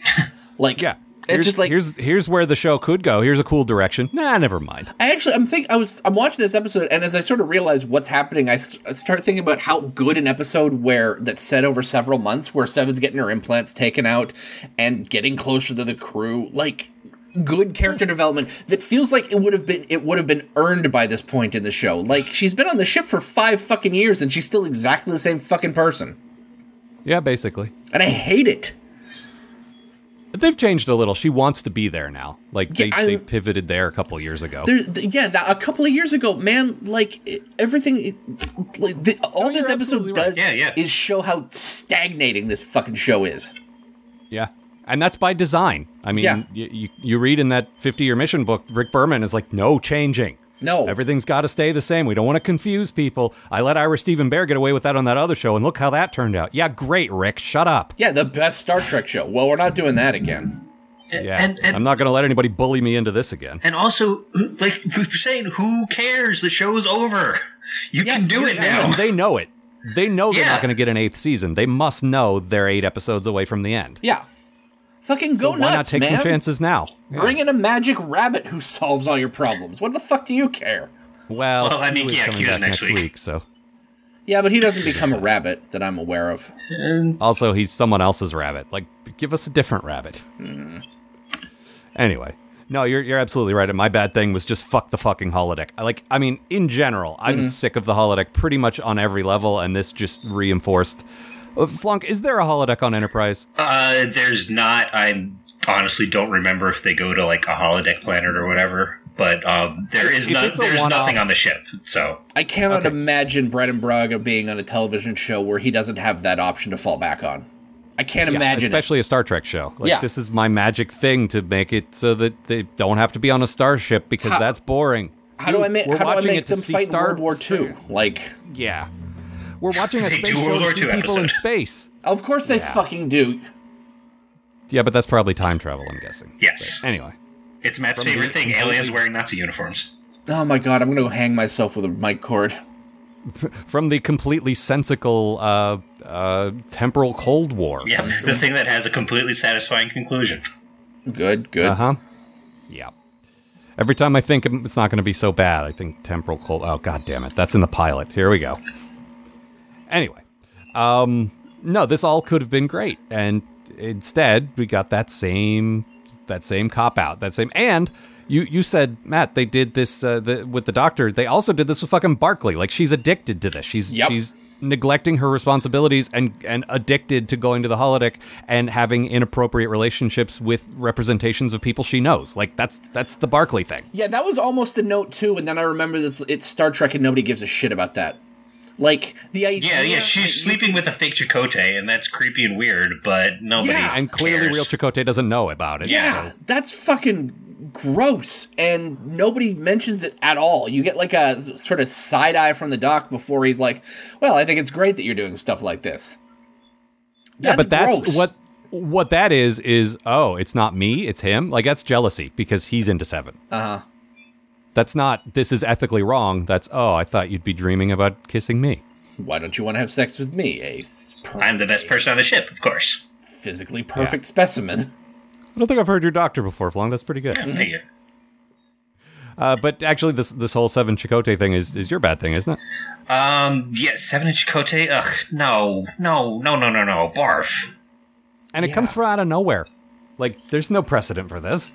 like
yeah
it's just like
here's here's where the show could go here's a cool direction nah never mind
I actually, I'm think I was, I'm watching this episode, and as I sort of realize what's happening, I, s- I start thinking about how good an episode where that's set over several months, where Seven's getting her implants taken out and getting closer to the crew, like good character development that feels like it would have been, it would have been earned by this point in the show. Like she's been on the ship for five fucking years, and she's still exactly the same fucking person,
yeah basically
and I hate it.
they've changed a little she wants to be there now like they,
Yeah, I-
they pivoted there a couple years ago
There, th- yeah, that, a couple of years ago, man, like it- everything, it- like the, all this episode
you're absolutely right.
does
Yeah, yeah.
is show how stagnating this fucking show is.
Yeah. And that's by design. I mean,
Yeah.
y you, you read in that 50 year mission book, Rick Berman is like, no changing.
No.
Everything's got to stay the same. We don't want to confuse people. I let Ira Stephen Bear get away with that on that other show, and look how that turned out. Yeah, great, Rick. Shut up.
Yeah, the best Star Trek show. Well, we're not doing that again.
Yeah.
and, and
I'm not going to let anybody bully me into this again.
and also like you're saying, who cares? The show's over. You can do it now.
And they know it. They know they're
Yeah.
not going to get an eighth season. They must know they're eight episodes away from the end.
Yeah, fucking go
Why
nuts,
not take
man.
some chances now?
Bring in a magic rabbit who solves all your problems. What the fuck do you care?
Well,
Well, I mean,
Q is
yeah,
coming
Q's
back
next
next
week.
week, so.
Yeah, but he doesn't become a rabbit that I'm aware of.
Also, he's someone else's rabbit. Like, give us a different rabbit.
Mm-hmm.
Anyway, no, you're you're absolutely right. And my bad thing was just fuck the fucking holodeck. I Like, I mean, in general, I've
Mm-hmm.
been sick of the holodeck pretty much on every level, and this just reinforced. Uh, Flunk, is there a holodeck on Enterprise?
Uh, there's not. I honestly don't remember if they go to like a holodeck planet or whatever. But um, there is
If
not.
it's a
There's
one-off-
nothing on the ship. So
I cannot imagine Brendan Braga being on a television show where he doesn't have that option to fall back on. I can't imagine. it.
especially a Star Trek show. Like,
Yeah.
this is my magic thing to make it so that they don't have to be on a starship because that's boring.
How do I
Dude,
make?
We're
How do I
watching
make
it to
them
see
fight in
Star
World War II? Like,
Yeah, we're watching a
They
space
do
show
World
to
War
see
II
people in
episode.
space.
of course they fucking do.
Yeah, but that's probably time travel. I'm guessing.
Yes.
But anyway.
it's Matt's favorite thing: aliens wearing Nazi uniforms.
Oh my god, I'm gonna go hang myself with a mic cord.
from the completely sensical uh, uh, temporal Cold War.
Yeah, the thing that has a completely satisfying conclusion.
Good, good.
Uh huh. Yeah. Every time I think it's not going to be so bad, I think temporal cold. Oh god damn it! That's in the pilot. Here we go. Anyway, um, no, this all could have been great, and instead we got that same that same cop out, that same and. You, you said Matt they did this uh, the, with the doctor they also did this with fucking Barkley like she's addicted to this she's
Yep.
she's neglecting her responsibilities and and addicted to going to the holodeck and having inappropriate relationships with representations of people she knows like that's that's the Barkley thing
Yeah, that was almost a note too, and then I remember this. It's Star Trek, and nobody gives a shit about that. Like the idea.
Yeah, yeah, she's
that you-
sleeping with a fake Chakotay, and that's creepy and weird. But nobody
Yeah,
and clearly
cares.
real Chakotay doesn't know about it
Yeah, that's fucking gross, and nobody mentions it at all. You get like a sort of side eye from the doc before he's like, "Well, I think it's great that you're doing stuff like this."
yeah, but that's
gross.
what what that is is oh, it's not me, it's him. Like that's jealousy because he's into seven. Uh huh. That's not this is ethically wrong. That's oh, I thought you'd be dreaming about kissing me.
Why don't you want to have sex with me, a s- per-
I'm the best person on the ship, of course.
physically perfect specimen?
I don't think I've heard your doctor before, Flung. That's pretty good.
Figure.
Uh, but actually, this this whole seven chicote thing is is your bad thing, isn't it?
Um, yeah, seven inch Chakotay. Ugh, no, no, no, no, no, no. Barf.
and it comes from out of nowhere. Like, there's no precedent for this.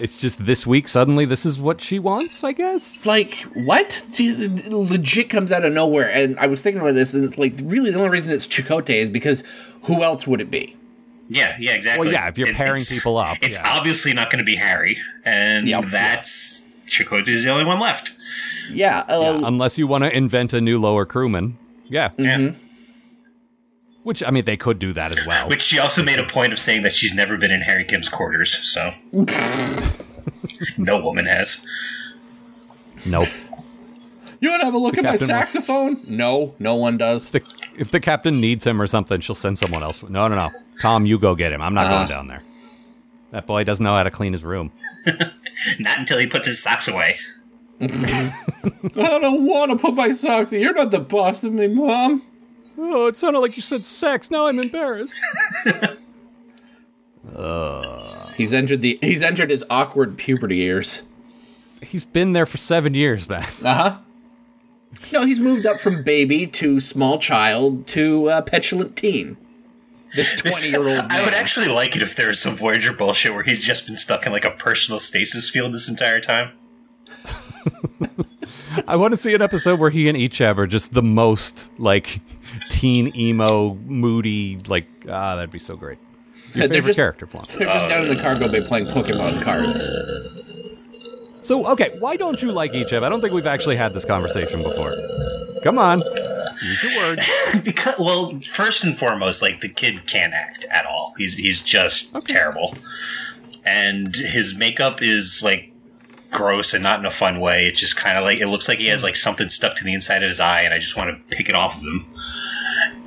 It's just this week, suddenly, this is what she wants, I guess.
like what Dude, legit comes out of nowhere and i was thinking about this and it's like really the only reason it's chicote is because who else would it be
Yeah, yeah, exactly.
Well, yeah, if you're pairing
it's-
people up,
it's
yeah.
obviously not going to be Harry, and
Yep.
that's Chakotay is the only one left.
yeah, uh,
Unless you want to invent a new lower crewman. Yeah.
Yeah.
Mm-hmm. Which, I mean, they could do that as
[LAUGHS]
well.
Which she also made a point of saying that she's never been in Harry Kim's quarters,
[LAUGHS]
so no woman has.
nope.
you want to have a look at my
Captain Mar-
saxophone no no one does
The, if the captain needs him or something, she'll send someone else. No, no, no. Tom, you go get him. I'm not going down there. That boy doesn't know how to clean his room.
Not until he puts his socks away.
i don't want to put my socks you're not the boss of me mom
Oh, it sounded like you said sex. Now I'm embarrassed.
he's entered the he's entered his awkward puberty years
He's been there for seven years, man. [LAUGHS]
no he's moved up from baby to small child to uh, petulant teen
[LAUGHS]
this 20 year old
[LAUGHS] I would actually like it if there was some Voyager bullshit where he's just been stuck in like a personal stasis field this entire time.
I want to see an episode where he and Ichab are just the most like [LAUGHS] teen emo, moody. Like ah, that'd be so great. Your
They're
favorite
just-
character flaw.
they're
Oh,
just down in the cargo bay playing pokemon cards
So okay, why don't you like Ichab? I don't think we've actually had this conversation before. Come on, use your words.
because well, first and foremost, like the kid can't act at all. He's he's just terrible, and his makeup is like gross and not in a fun way. It's just kind of like it looks like he has like something stuck to the inside of his eye, and I just want to pick it off of him.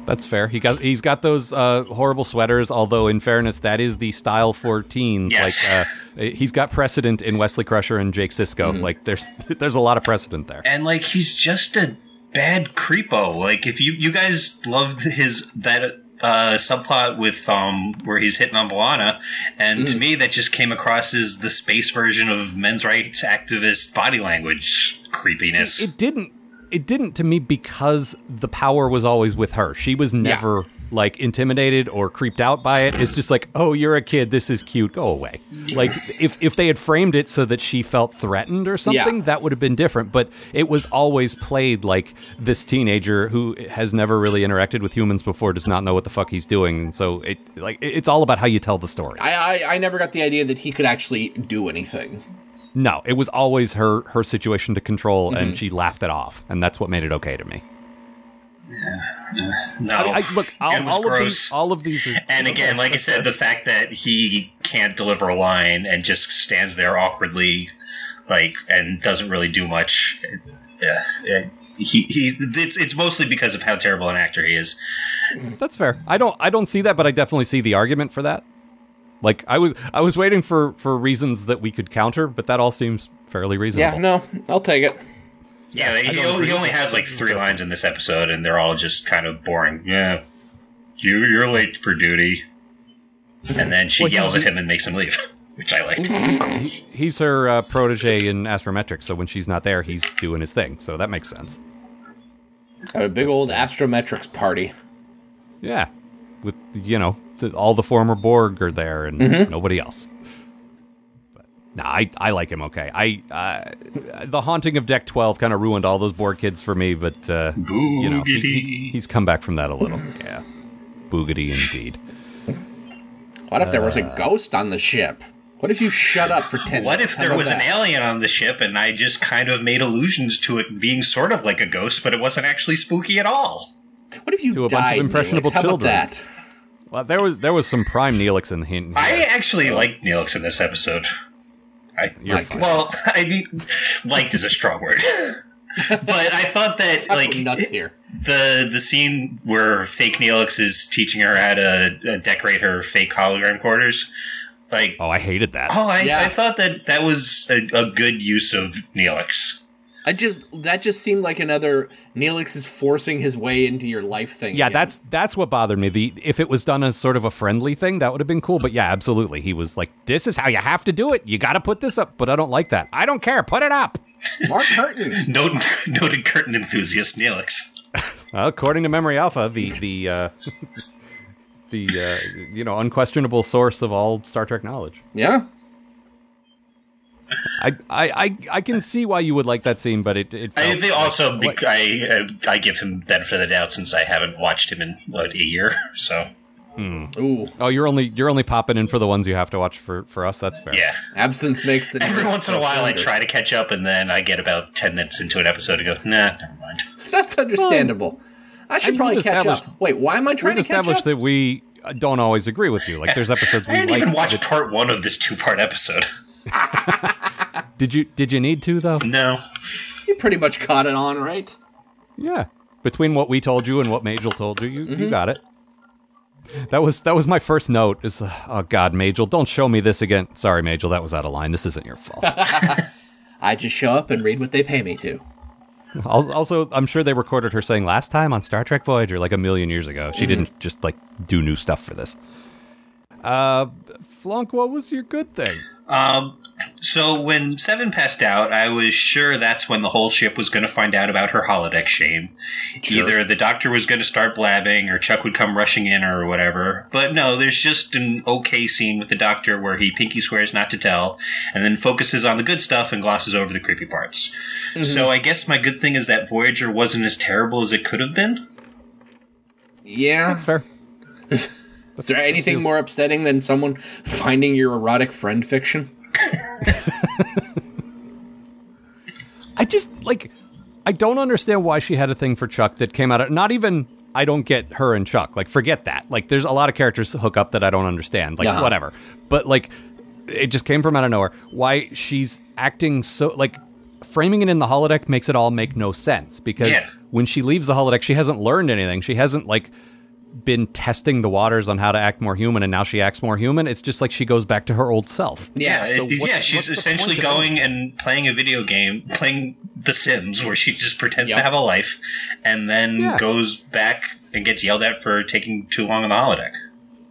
That's fair. He got he's got those uh, horrible sweaters. Although in fairness, that is the style for teens.
Yes.
Like uh, he's got precedent in Wesley Crusher and Jake Sisko. Like there's [LAUGHS] there's a lot of precedent there.
And like he's just a bad creepo. Like if you you guys loved his that. Uh, subplot with um where he's hitting on Valana, and
Mm.
to me that just came across as the space version of men's rights activist body language creepiness.
it didn't it didn't to me because the power was always with her she was never like intimidated or creeped out by it it's just like oh you're a kid this is cute go away like if if they had framed it so that she felt threatened or something
Yeah.
that would have been different but it was always played like this teenager who has never really interacted with humans before does not know what the fuck he's doing and so it like it- it's all about how you tell the story
I, I I never got the idea that he could actually do anything.
no it was always her her situation to control
Mm-hmm.
and she laughed it off and that's what made it okay to me
No,
I, I, look, all,
it was
all of
gross.
these, all of these, are,
and again, like I said, the fact that he can't deliver a line and just stands there awkwardly, like, and doesn't really do much. Yeah, yeah, he, he's it's, it's mostly because of how terrible an actor he is.
that's fair. I don't, I don't see that, but I definitely see the argument for that. Like, I was, I was waiting for for reasons that we could counter, but that all seems fairly reasonable.
Yeah, no, I'll take it.
Yeah, he, only, he only has like three lines in this episode, and they're all just kind of boring. Yeah, you you're late for duty, and then she yells at him and makes him leave, [LAUGHS] which I liked.
He's her uh, protege in astrometrics, so when she's not there, he's doing his thing. So that makes sense.
At a big old astrometrics party.
Yeah, with you know the, all the former Borg are there and nobody else. But nah, I, I like him okay. I uh, the haunting of Deck Twelve kind of ruined all those Borg kids for me, but uh, you know he, he- he's come back from that a little. yeah, boogity indeed.
What if there was a ghost on the ship? What if you shut up for ten?
Uh. What if
minutes? How
there
about
was an
that?
alien on the ship and I just kind of made allusions to it being sort of like a ghost, but it wasn't actually spooky at all?
What if you
to a bunch of
died?
impressionable
Neelix? How about
children?
that?
Well, there was there was some prime Neelix in the hint.
I actually liked Neelix in this episode. I,
You're
like, well, [LAUGHS] I mean, liked is a strong word. [LAUGHS] but I thought that, like,
Fucking nuts here.
the the scene where fake Neelix is teaching her how to uh, decorate her fake hologram quarters, like, oh,
oh, I hated that.
I,
Yeah.
I thought that that was a, a good use of Neelix.
I just that just seemed like another Neelix is forcing his way into your life thing.
yeah,
again.
that's that's what bothered me. The if it was done as sort of a friendly thing, that would have been cool. But yeah, absolutely, he was like, "This is how you have to do it. You got to put this up." But I don't like that. I don't care. Put it up.
Mark Curtin.
Noted, [LAUGHS] noted curtain enthusiast Neelix.
Well, according to Memory Alpha, the the uh, the uh, you know unquestionable source of all Star Trek knowledge.
Yeah.
I I, I, I can see why you would like that scene, but it, it
I
felt-
think also
What?
bec- I, uh, I I give him benefit of the doubt since I haven't watched him in what a year. [LAUGHS] So
Ooh,
oh you're only you're only popping in for the ones you have to watch for for us. That's fair.
yeah,
absence makes the.
every once in a while I try to catch up, and then I get about ten minutes into an episode and go, Nah, never mind.
[LAUGHS] That's understandable. I should
and
probably
we've
catch up.
established-
Wait, why am I
We've
trying to catch
established
up?
that we uh, don't always agree with you. Like there's episodes
I
we
didn't
like.
even watch
that-
part one of this two part episode. [LAUGHS]
did you did you need to though?
No,
You pretty much caught it on, right?
Yeah. Between what we told you and what Majel told you, you,
Mm-hmm.
you got it. That was that was my first note. Is uh, oh God, Majel, don't show me this again. Sorry, Majel, that was out of line. This isn't your fault.
I just show up and read what they pay me to.
Al- also, I'm sure they recorded her saying last time on Star Trek Voyager, like a million years ago. She didn't just like do new stuff for this. Uh, Flunk, what was your good thing?
So when Seven passed out, I was sure that's when the whole ship was going to find out about her holodeck shame. Either the doctor was going to start blabbing, or Chuck would come rushing in, or whatever. But no, there's just an okay scene with the doctor where he pinky swears not to tell, and then focuses on the good stuff and glosses over the creepy parts. So I guess my good thing is that Voyager wasn't as terrible as it could have been.
Yeah.
That's fair.
Is there anything more upsetting than someone finding your erotic friend fiction?
I just like I don't understand why she had a thing for Chuck that came out of not even I don't get her and Chuck. Like forget that. Like there's a lot of characters hook up that I don't understand. Like
Uh-huh.
whatever. But like it just came from out of nowhere. Why she's acting so like framing it in the holodeck makes it all make no sense because
Yeah.
when she leaves the holodeck she hasn't learned anything. She hasn't like been testing the waters on how to act more human and now she acts more human. It's just like she goes back to her old self.
Yeah,
So
it-
what's-
yeah.
what's
She's
the
essentially
point of it?
going and playing a video game, playing The Sims, where she just pretends
Yep.
to have a life, and then
Yeah.
goes back and gets yelled at for taking too long on the holodeck.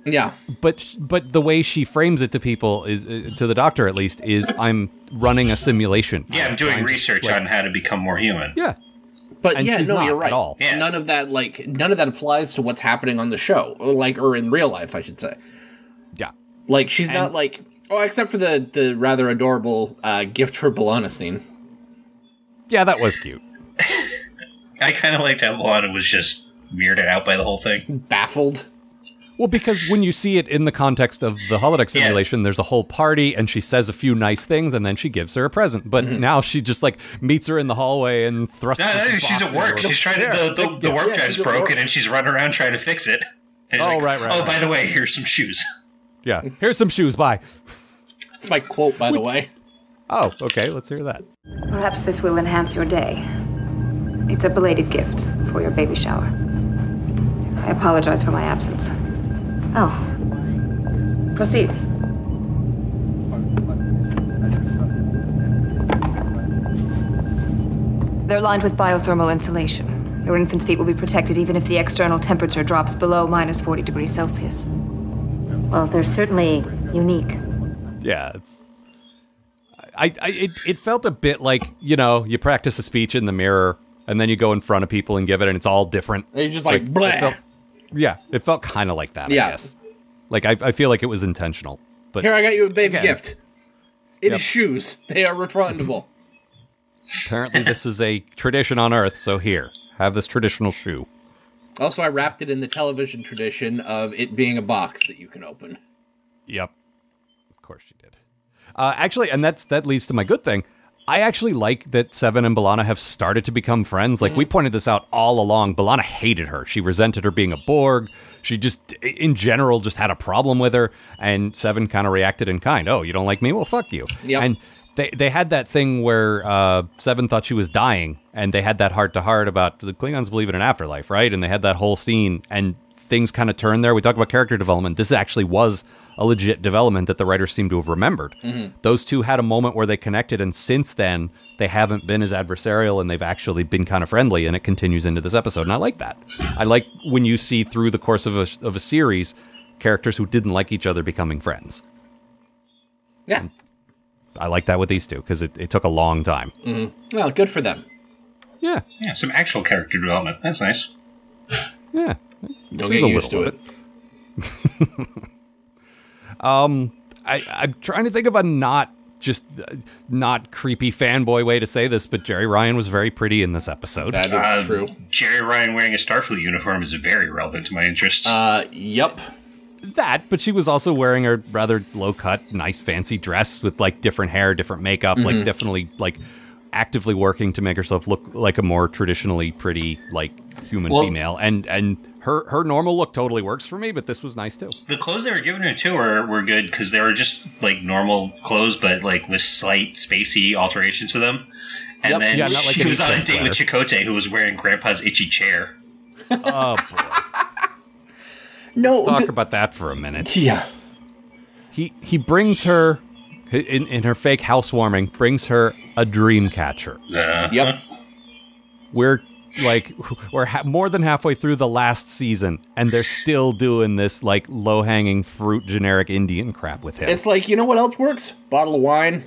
Yeah.
but sh- but the way she frames it to people is uh, to the doctor at least is I'm running a simulation.
Yeah, I'm doing
trying to-
research
like-
on how to become more human.
Yeah,
But
And
yeah,
she's
no,
not
you're
at
right.
all.
Yeah.
None of that like none of that applies to what's happening on the show, or like or in real life, I should say.
yeah.
Like she's not like oh, except for the the rather adorable uh, gift for Bologna scene.
Yeah, that was cute.
I kind of liked how Lana was just weirded out by the
[LAUGHS]
whole thing.
Baffled.
Well, because when you see it in the context of the holodeck
Yeah.
simulation, there's a whole party and she says a few nice things and then she gives her a present. But
Mm-hmm.
now she just like meets her in the hallway and thrusts.
No,
her some
no, she's
box
at
in her
work. She's trying to. The, the, the warp
Yeah,
drive's
she's at work.
broken, and she's running around trying to fix it. And
Oh,
like,
right, right,
Oh,
right.
by the way, here's some shoes.
Yeah, here's some shoes. Bye.
That's my quote, by the way.
Oh, okay. Let's hear that.
Perhaps this will enhance your day. It's a belated gift for your baby shower. I apologize for my absence.
Oh,
Proceed. They're lined with biothermal insulation. Your infant's feet will be protected even if the external temperature drops below minus 40 degrees Celsius.
well, they're certainly unique.
Yeah, it's. I, I it, it felt a bit like you know you practice a speech in the mirror and then you go in front of people and give it and it's all different.
And you're just like, "Bleh."
It felt, yeah, it felt kind of like that. I
Yeah.
guess. Like I, I feel like it was intentional, but
Here, I got you a baby
Again.
gift. It is
Yep.
shoes. They are refundable. [LAUGHS]
apparently this is a tradition on Earth. So here, have this traditional shoe.
also, I wrapped it in the television tradition of it being a box that you can open.
Yep. Of course she did. Uh, actually, and that's that leads to my good thing. I actually like that Seven and Balana have started to become friends. Like we pointed this out all along. Balana hated her. She resented her being a Borg. She just, i- in general, just had a problem with her. And Seven kind of reacted in kind. Oh, you don't like me? Well, fuck you.
Yep.
And they they had that thing where uh, Seven thought she was dying, and they had that heart to heart about the Klingons believe in an afterlife, right? And they had that whole scene, and things kind of turned there. We talk about character development. This actually was a legit development that the writers seem to have remembered. Those two had a moment where they connected, and since then they haven't been as adversarial, and they've actually been kind of friendly, and it continues into this episode. And I like that. I like when you see through the course of a, of a series characters who didn't like each other becoming friends. Hmm.
Yeah.
I like that with these two because it, it took a long time.
Well, good for them.
Yeah.
Yeah, some actual character development. That's nice.
Yeah.
Don't
There's
get
a
used to
little
it.
of I, I'm trying to think of a not just uh, not creepy fanboy way to say this, but Jerry Ryan was very pretty in this episode.
That is true.
Uh, Jerry Ryan wearing a Starfleet uniform is very relevant to my interests.
Uh, yep.
that, but she was also wearing a rather low cut, nice fancy dress with like different hair, different makeup, like definitely like actively working to make herself look like a more traditionally pretty like human
Well-
female. And and her her normal look totally works for me, but this was nice too.
the clothes they were giving her too were, were good because they were just like normal clothes, but like with slight spacey alterations to them. And
Yep.
then
Yeah, not like
she
an
was on a
Eastern
date with Chakotay, who was wearing Grandpa's itchy chair.
Oh boy.
No. [LAUGHS]
Let's talk
th-
about that for a minute.
yeah.
He he brings her in, in her fake housewarming, brings her a dream catcher.
Uh,
Yep.
we're like [LAUGHS] we're ha- more than halfway through the last season and they're still doing this like low-hanging fruit generic indian crap with him
It's like you know what else works? Bottle of wine,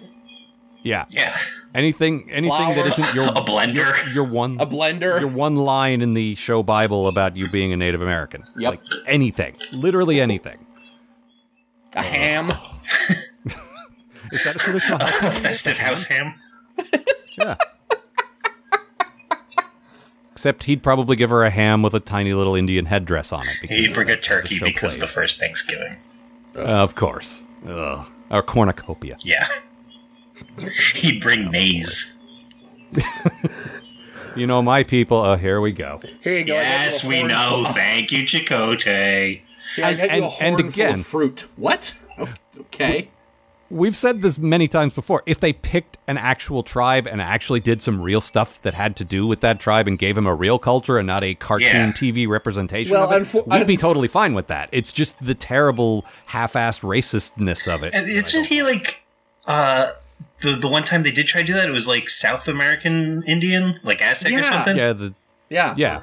yeah
Yeah.
anything anything that
Flowers. [LAUGHS]
isn't your
A blender.
your one
a blender.
your one line in the show bible about you being a native american
Yep.
like anything literally anything
a ham.
is that a traditional
[LAUGHS]
house?
Festive house ham.
yeah except he'd probably give her a ham with a tiny little indian headdress on it because
He'd bring a
that's how the
turkey
show
because the
plays.
first Thanksgiving.
of course Ugh. or cornucopia
Yeah. [LAUGHS] He'd bring maize.
You know, my people, oh, here we go.
Here you go. I got you a
Yes, we
horn-
know. Thank you, Chakotay.
Here, I got
And-
you a
and- and
horn full of
again.
fruit. What? Oh, Okay.
We've said this many times before. If they picked an actual tribe and actually did some real stuff that had to do with that tribe and gave them a real culture and not a cartoon
Yeah.
TV representation
Well,
of it,
unfo-
we'd be
un-
totally fine with that. It's just the terrible half-assed racistness of it.
And isn't he like uh the the one time they did try to do that? It was like South American Indian, like Aztec or
Yeah.
something.
yeah, the,
Yeah.
yeah.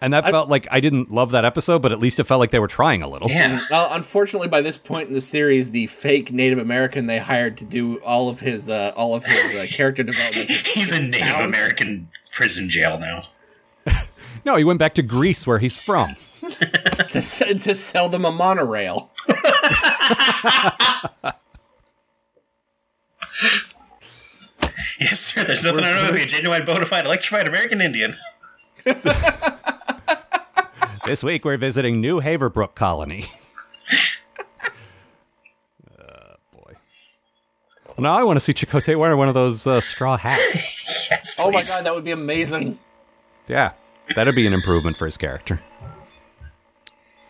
And that felt like I didn't love that episode, but at least it felt like they were trying a little.
Yeah.
Well, unfortunately, by this point in the series, the fake Native American they hired to do all of his uh, all of his [LAUGHS] uh, character development.
[LAUGHS] He's a Native American prison jail now. [LAUGHS]
No, he went back to Greece where he's from.
to, s- to sell them a monorail.
Yes, sir. There's nothing I know of you. Genuine bona fide electrified American Indian. [LAUGHS]
this week we're visiting New Haverbrook Colony. [LAUGHS] uh, boy. Now I want to see Chakotay wearing one of those uh, straw hats.
Yes,
[LAUGHS] Oh my
please.
god, that would be amazing.
yeah, that'd be an improvement for his character.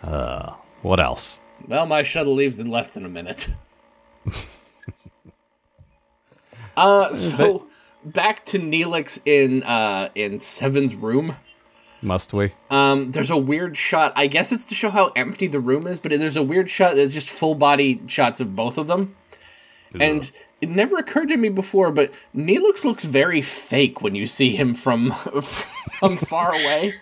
Uh, what else?
Well, my shuttle leaves in less than a [LAUGHS] minute. uh, so back to Neelix in uh in Seven's room.
Must we?
Um, there's a weird shot. I guess it's to show how empty the room is, but there's a weird shot that's just full body shots of both of them. And it never occurred to me before, but Neelix looks very fake when you see him from [LAUGHS] from far away.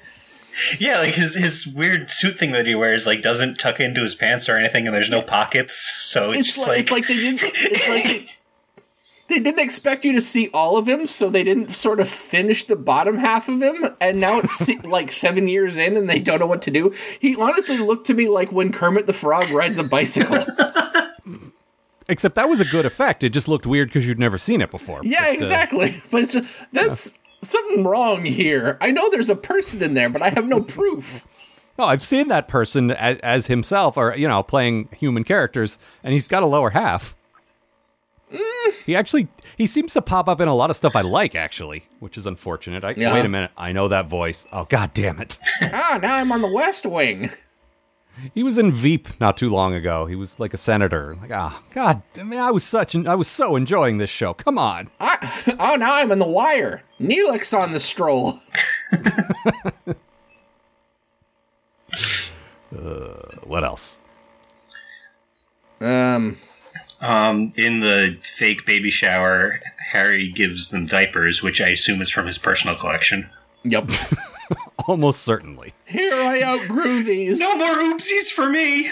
Yeah, like his his weird suit thing that he wears like doesn't tuck into his pants or anything, and there's no pockets. So
[LAUGHS]
it's,
It's
just
like, it's like they didn't. It's like they, they didn't expect you to see all of him, so they didn't sort of finish the bottom half of him. And now it's se- [LAUGHS] like seven years in, and they don't know what to do. He honestly looked to me like when Kermit the Frog rides a [LAUGHS] bicycle.
Except that was a good effect. It just looked weird because you'd never seen it before.
yeah,
But, uh,
exactly. [LAUGHS] But it's just, that's something wrong here. I know there's a person in there, but I have no
[LAUGHS]
proof.
no, I've seen that person as, as himself, or you know, playing human characters, and he's got a lower half. He actually he seems to pop up in a lot of stuff I like, actually, which is unfortunate. I,
Yeah.
Wait a minute, I know that voice. Oh god damn it!
ah, now I'm on the West Wing.
he was in Veep not too long ago. He was like a senator. Like ah, god, I mean, I was such an, I was so enjoying this show. Come on,
I, oh, now I'm on the Wire. Neelix on the stroll. [LAUGHS]
what else?
Um.
um in the fake baby shower, Harry gives them diapers, which I assume is from his personal collection.
Yep.
Almost certainly,
Here I outgrew these.
No more oopsies for me.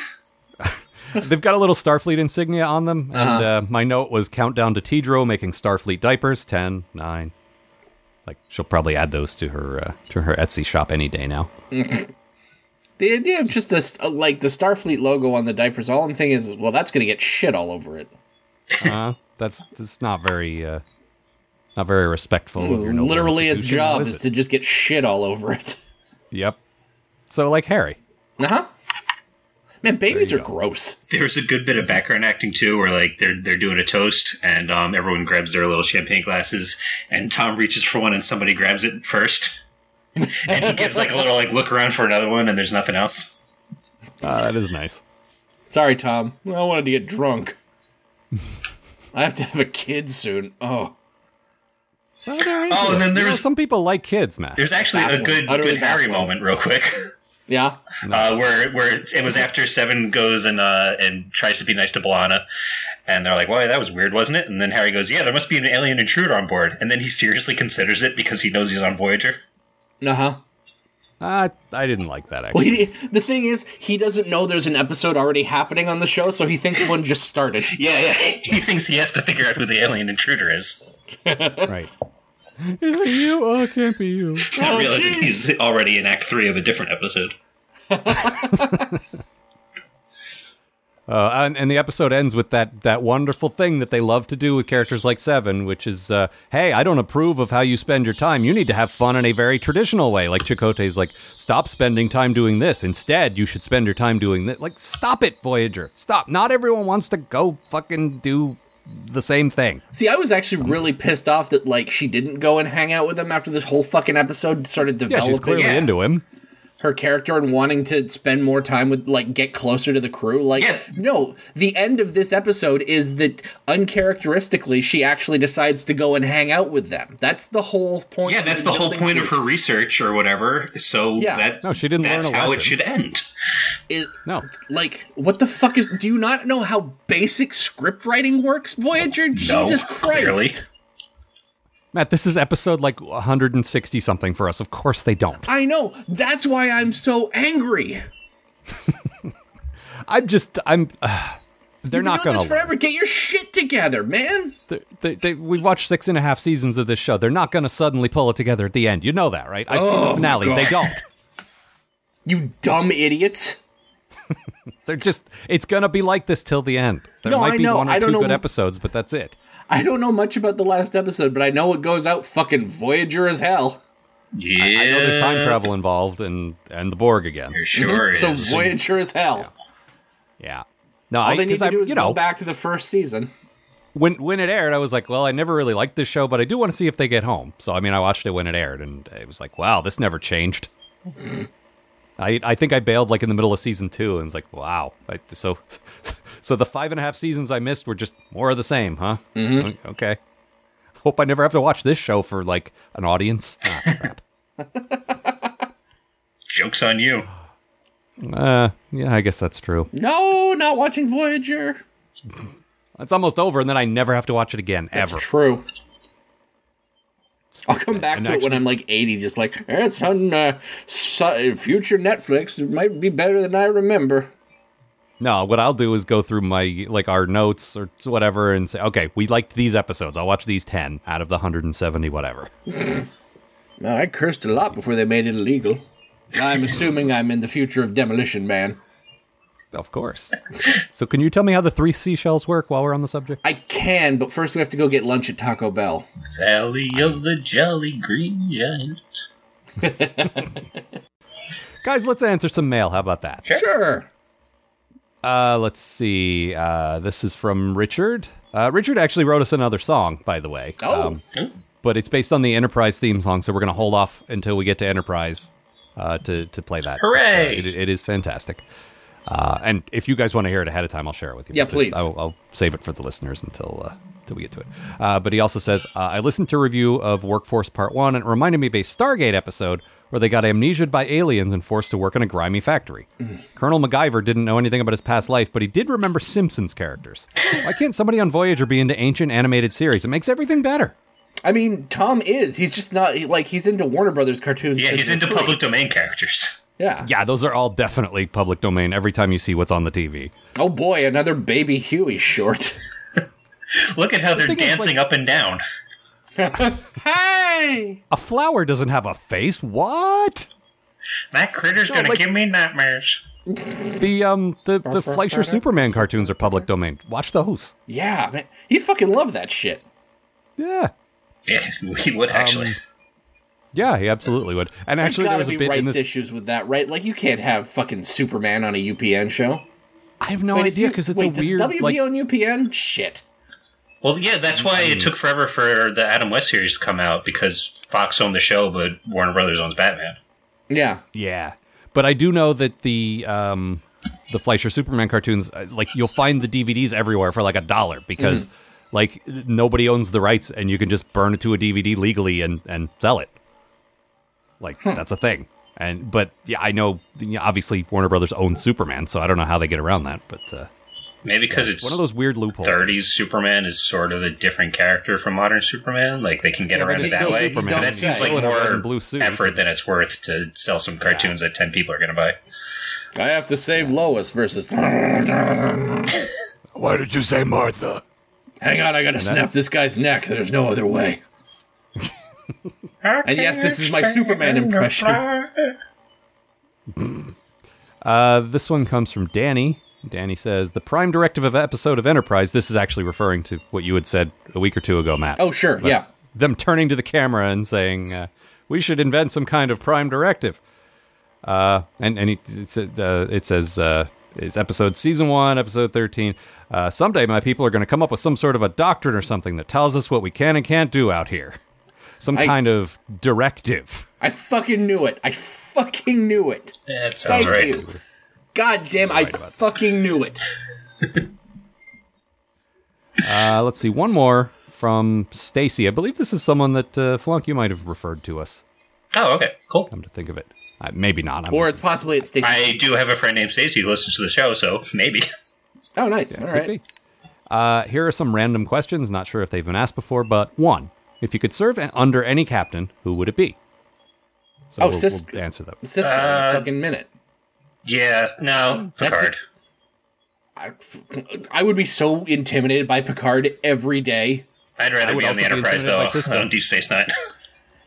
they've got a little Starfleet insignia on them.
Uh-huh.
And uh, my note was countdown to Tidro making Starfleet diapers. 10, 9. Like she'll probably add those to her uh, to her Etsy shop any day now.
The idea of just a, st- uh, like the Starfleet logo on the diapers, all I'm thinking is, well, that's going to get shit all over it.
Uh-huh.
Uh, that's that's not very uh, not very respectful. of your noble
Literally, its
institution,
job
is
is
it?
to just get shit all over it. [LAUGHS]
Yep. So like Harry.
Uh huh. Man, babies are gross.
There's a good bit of background acting too, where like they're they're doing a toast, and um, everyone grabs their little champagne glasses, and Tom reaches for one, and somebody grabs it first, [LAUGHS] and he gives like a little like look around for another one, and there's nothing else.
Uh, that is nice.
Sorry, Tom. I wanted to get drunk. I have to have a kid soon. Oh,
Well, there is
Oh, and then
you know,
there's-
some people like kids, Matt.
There's actually a
Baffling.
good
Utterly
good Harry
baffling.
moment, real quick. [LAUGHS]
yeah.
uh, where where it was after Seven goes and uh, and tries to be nice to Balana, and they're like, "Why that was weird, wasn't it?" And then Harry goes, "Yeah, there must be an alien intruder on board," and then he seriously considers it because he knows he's on Voyager.
Uh huh.
Uh, I didn't like that
Well,
actually.
he, the thing is, he doesn't know there's an episode already happening on the show, so he thinks one just started.
Yeah, yeah. [LAUGHS] he thinks he has to figure out who the alien intruder is,
right. [LAUGHS] Is it you? Oh, it can't be you.
not realizing he's already in Act Three of a different episode.
Uh, and, and the episode ends with that that wonderful thing that they love to do with characters like Seven, which is, uh, hey, I don't approve of how you spend your time. You need to have fun in a very traditional way. Like Chakotay's like, stop spending time doing this. Instead, you should spend your time doing this. Like, stop it, Voyager. Stop. Not everyone wants to go fucking do the same thing.
See, I was actually really pissed off that like she didn't go and hang out with him after this whole fucking episode started
Yeah,
developing
she's clearly
Yeah.
into him.
her character and wanting to spend more time with like get closer to the crew. Like,
Yeah.
no, the end of this episode is that uncharacteristically she actually decides to go and hang out with them. That's the whole point.
Yeah,
of
that's the whole
building
point
to-
of her research or whatever. So
Yeah.
that
No, she didn't
That's
learn a
how it
lesson.
should end.
It,
No,
like what the fuck is do you not know how basic script writing works voyager jesus christ
clearly.
Matt, this is episode like 160 something for us. Of course they don't.
i know that's why i'm so angry
[LAUGHS] I'm just, I'm. [SIGHS] Uh, they're not
Doing
gonna.
this
learn.
forever get your shit together man
they, they, they, we've watched six and a half seasons of this show. They're not going to suddenly pull it together at the end. You know that, right? I've seen
Oh,
the finale. They don't.
you dumb idiots
They're just. It's going to be like this till the end. There
No,
might
I
be
know.
one or
I don't
two
know-
good episodes, but that's it.
i don't know much about the last episode but i know it goes out fucking voyager as hell
Yeah,
I know there's time travel involved and and the Borg again. Mhm.
[LAUGHS]
sure
so
is.
voyager as hell
Yeah. No,
all
I,
they need
'cause
to
I,
do is
you know,
go back to the first season
when when it aired, I was like, well, I never really liked this show, but I do want to see if they get home. So I mean, I watched it when it aired, and it was like, wow, this never [LAUGHS] changed. I I think I bailed like in the middle of season two, and was like, wow, I, so [LAUGHS] so the five and a half seasons I missed were just more of the same, huh? Mm-hmm. Okay. Hope I never have to watch this show for like an audience. [LAUGHS] Ah, crap.
Jokes on you.
uh, yeah, I guess that's true.
no not watching voyager
It's almost over, and then I never have to watch it again
That's
ever.
true. I'll come back
And
to it when
actually-
I'm like 80, just like, "Eh, it's on uh, su- future Netflix. It might be better than I remember.
No, what I'll do is go through my like our notes or whatever and say, okay, we liked these episodes. I'll watch these ten out of the hundred and seventy, whatever.
Well, I cursed a lot before they made it illegal. I'm assuming I'm in the future of Demolition Man.
Of course. so, can you tell me how the three seashells work while we're on the subject?
I can, but first we have to go get lunch at Taco Bell.
Valley of the Jolly Green Giant.
Guys, let's answer some mail. How about that?
Sure.
Uh, let's see. Uh, this is from Richard. Uh, Richard actually wrote us another song, by the way.
Oh.
but it's based on the Enterprise theme song, so we're going to hold off until we get to Enterprise uh, to to play that.
Hooray!
Uh, it, it is fantastic. Uh, and if you guys want to hear it ahead of time, I'll share it with you.
Yeah,
But
please.
I'll, I'll save it for the listeners until uh, until we get to it. Uh, but he also says, uh, I listened to a review of Workforce Part One, and it reminded me of a Stargate episode where they got amnesiaed by aliens and forced to work in a grimy factory.
Mm.
Colonel MacGyver didn't know anything about his past life, but he did remember Simpsons characters. Why can't somebody on Voyager be into ancient animated series? It makes everything better.
I mean, Tom is. He's just not, he- like, he's into Warner Brothers cartoons.
Yeah,
since
he's
he
into
was three.
public domain characters. [LAUGHS]
Yeah.
Yeah, those are all definitely public domain every time you see what's on the TV.
Oh boy, another Baby Huey short.
Look at how they're
thing is,
dancing up and down.
hey!
A flower doesn't have a face. What?
That critter's gonna
like-
give me nightmares.
The um the the Fleischer Superman cartoons are public domain. Watch those.
Yeah, man, he fucking loved that shit.
Yeah.
Yeah, [LAUGHS] he would actually.
Um, Yeah, he absolutely would. And
There's
actually
gotta
there was a
be
bit
rights
in this
issues with that, right? Like you can't have fucking Superman on a UPN show.
I have no
is
idea
you-
cuz it's
wait,
a
does
weird
WB
like
on UPN shit.
well, yeah, that's why it took forever for the Adam West series to come out because Fox owned the show, but Warner Brothers owns Batman.
Yeah,
Yeah, but I do know that the um, the Fleischer Superman cartoons, uh, like you'll find the DVDs everywhere for like a dollar because like nobody owns the rights, and you can just burn it to a DVD legally and and sell it. Like that's a thing. And but yeah, I know yeah, obviously Warner Brothers owns Superman, so I don't know how they get around that. But uh,
Maybe because it's
one of those weird loopholes.
30s Superman is sort of a different character from modern Superman. Like they can get around it
it's
that
still
way.
Superman.
But that seems
He's
like
still in a red
more
and blue suit.
effort than it's worth to sell some cartoons that 10 people are going to buy.
I have to save Lois versus. [LAUGHS]
Why did you say Martha?
Hang on, I gotta snap this guy's neck. There's no other way. and yes, this is my Superman impression.
Uh, this one comes from Danny. Danny says the prime directive of episode of Enterprise. This is actually referring to what you had said a week or two ago, Matt.
Oh sure, yeah.
them turning to the camera and saying, uh, "We should invent some kind of prime directive." Uh, and and it, it, said, uh, it says uh, it's episode season one, episode thirteen. Uh, someday my people are going to come up with some sort of a doctrine or something that tells us what we can and can't do out here. Some
I-
kind of directive.
I fucking knew it. I fucking knew it.
Yeah, that sounds
Thank
right.
you. God damn, I fucking knew it.
Uh, let's see one more from Stacy. I believe this is someone that uh, Flunk you might have referred to us.
Oh, okay. Cool.
Come to think of it, uh, maybe not. I'm-
Or it's possibly it's Stacy.
I do have a friend named Stacey who listens to the show, so maybe.
Oh, nice. All
Could
right.
be. Uh, here are some random questions. Not sure if they've been asked before, but one: If you could serve an, under any captain, who would it be? So
Oh,
we'll,
sis-
we'll answer that.
Sister,
Uh,
fucking minute.
[LAUGHS] Yeah, no,
That-
Picard.
I, I would be so intimidated by Picard every day.
I'd rather
would
be on
also
the
be
Enterprise,
intimidated by
though, [LAUGHS]
Sisko.
on Deep Space Nine.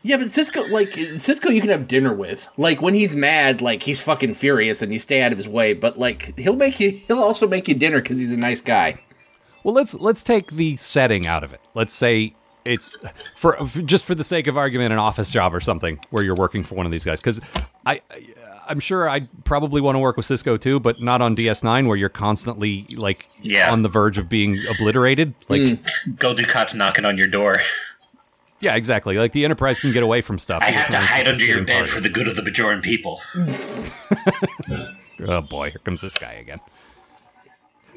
Yeah, but Cisco, like Cisco, you can have dinner with. Like when he's mad, like he's fucking furious, and you stay out of his way. But like he'll make you, he'll also make you dinner because he's a nice guy.
Well, let's let's take the setting out of it. Let's say it's for f- just for the sake of argument, an office job or something where you're working for one of these guys. Because I, I- I'm sure I would probably want to work with Cisco too, but not on DS9 where you're constantly like
Yeah. Hmm.
on the verge of being obliterated. Like,
Go Ducat's knocking on your door.
yeah, exactly. Like the Enterprise can get away from stuff.
I
It's
have [LAUGHS] to
not
hide
just
under your
sitting
bed
party.
for the good of the Bajoran people.
oh boy, here comes this guy again.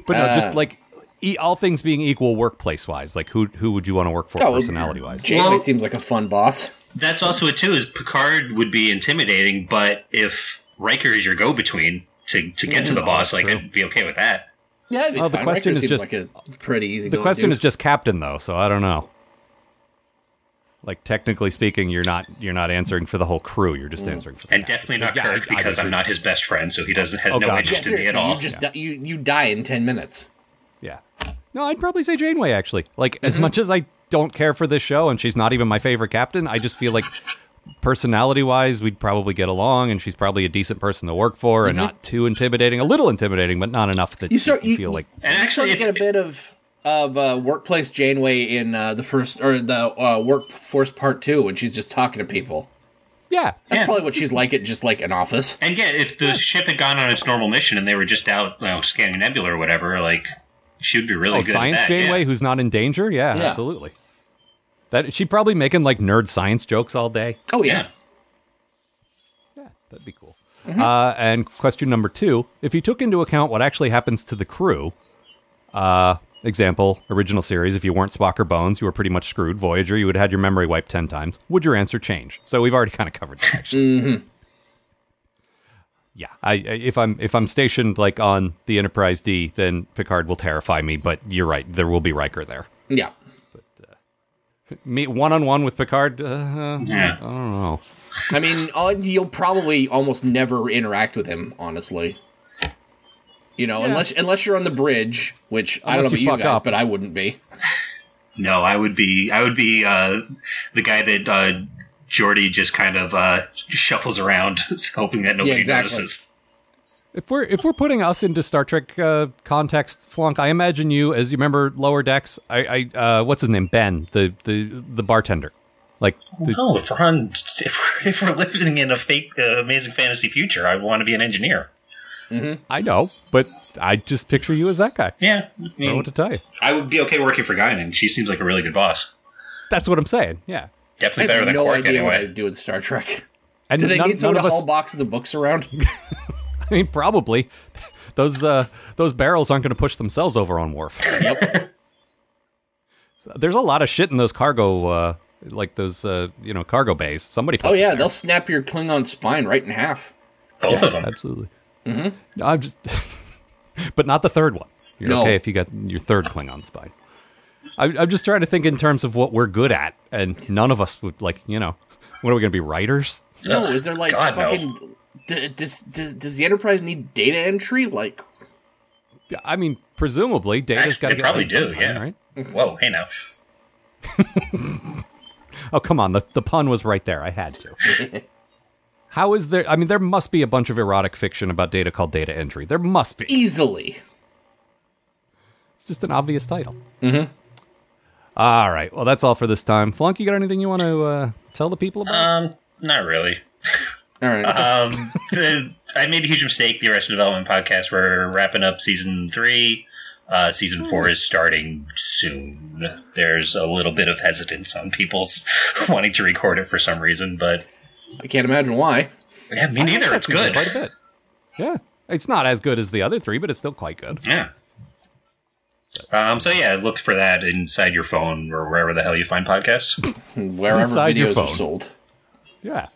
But no,
Uh.
just like e- all things being equal, workplace wise, like who who would you want to work for,
Oh, well,
personality wise?
Jamie
Well-
seems like a fun boss.
That's also it too. Is Picard would be intimidating, but if Riker is your go-between to to get to
Mm-hmm.
the boss, like I'd be okay with that.
Yeah, it'd be
Well, the
fun. Riker
question is
seems
just-
like a pretty easy.
the question is just captain though, so I don't know. Like technically speaking, you're not you're not answering for the whole crew. You're
Mm.
just answering for the
And definitely not
Yeah, I-
Kirk because I'm
obviously.
not his best friend, so he doesn't has
Oh,
no
God,
interest in me at
you
all.
just di- you you die in ten minutes.
yeah. No, I'd probably say Janeway actually. Like
Mm-hmm.
as much as I don't care for this show, and she's not even my favorite captain, I just feel like personality wise, we'd probably get along, and she's probably a decent person to work for,
Mm-hmm.
and not too intimidating. A little intimidating, but not enough that
You
you,
sort
can
you
feel like
and actually,
you
if,
get a bit of of uh, workplace Janeway in uh, the first or the uh, workforce part two when she's just talking to people.
Yeah.
That's
Yeah.
probably what she's like at just like an office.
and yeah, if the ship had gone on its normal mission and they were just out you know, scanning Nebula or whatever, like she would be really
Oh,
good.
science
at that,
Janeway,
yeah.
who's not in danger. Yeah,
Yeah.
absolutely. That she'd probably making like nerd science jokes all day.
Oh yeah.
Yeah.
That'd be cool. Uh, and question number two: If you took into account what actually happens to the crew, uh, example original series, if you weren't Spock or Bones, you were pretty much screwed. Voyager, you would have had your memory wiped ten times. Would your answer change? So we've already [LAUGHS] kind of covered that. Actually. Yeah, I, I- if I'm if I'm stationed like on the Enterprise D, then Picard will terrify me. But you're right, there will be Riker there.
Yeah.
me one on one with Picard. Uh,
Yeah.
I don't know.
I mean, all- you'll probably almost never interact with him, honestly. You know, unless unless you're on the bridge, which I don't know
Unless
about you,
you fuck
guys,
up.
but I wouldn't be.
No, I would be I would be uh, the guy that uh, Jordy just kind of uh, [LAUGHS] shuffles around, [LAUGHS] hoping that nobody
exactly.
notices.
If we're if we're putting us into Star Trek uh, context, Flunk, I imagine you as you remember Lower Decks. I, I uh, what's his name? Ben, the the the bartender. Like the,
No, Oh, if we're, on, if we're, if we're living in a fake, uh, amazing fantasy future, I want to be an engineer.
I know, but I just picture you as that guy.
Yeah, I,
I don't know
mean,
what to tell you.
Mm. I would be okay working for Guinan. She seems like a really good boss.
That's what I'm saying. Yeah.
I
Definitely better
have
than
no
Quark
idea what
anyway.
I'd do in Star Trek.
And
Do they
none,
need someone
none
to
of us.
haul
[LAUGHS]
boxes of books around?
I mean, probably those uh, those barrels aren't going to push themselves over on wharf. So there's a lot of shit in those cargo, uh, like those uh, you know cargo bays. Somebody.
Oh
puts it
yeah,
there.
they'll snap your Klingon spine right in half.
Both of them.
Absolutely.
Mm-hmm.
No, I'm just, [LAUGHS] but not the third one. You're
No.
okay if you got your third Klingon spine. I'm, I'm just trying to think in terms of what we're good at, and none of us would like, you know, what are we going to be writers?
No,
Ugh,
is there like
God, no.
fucking? D- does, d- does the Enterprise need data entry? Like,
Yeah, I mean, presumably, data's got to
they
get
probably
laid
do,
sometime,
yeah.
Right?
Whoa, hey now.
Oh, come on, the the pun was right there. I had to.
[LAUGHS]
How is there? I mean, there must be a bunch of erotic fiction about data called data entry. There must be.
easily.
It's just an obvious title. Mm-hmm. All right. Well, that's all for this time. Flunk, you got anything you want to uh, tell the people about?
Not really.
All right.
the, I made a huge mistake. The Arrested Development podcast. We're wrapping up season three. Uh, season four is starting soon. There's a little bit of hesitance on people's [LAUGHS] wanting to record it for some reason, but
I can't imagine why.
yeah, me neither. It's
Actually,
good.
Quite a bit. Yeah. It's not as good as the other three, but it's still quite good.
Yeah. Um, so yeah, look for that inside your phone or wherever the hell you find podcasts.
Wherever
Inside your
videos are
phone.
sold.
Yeah.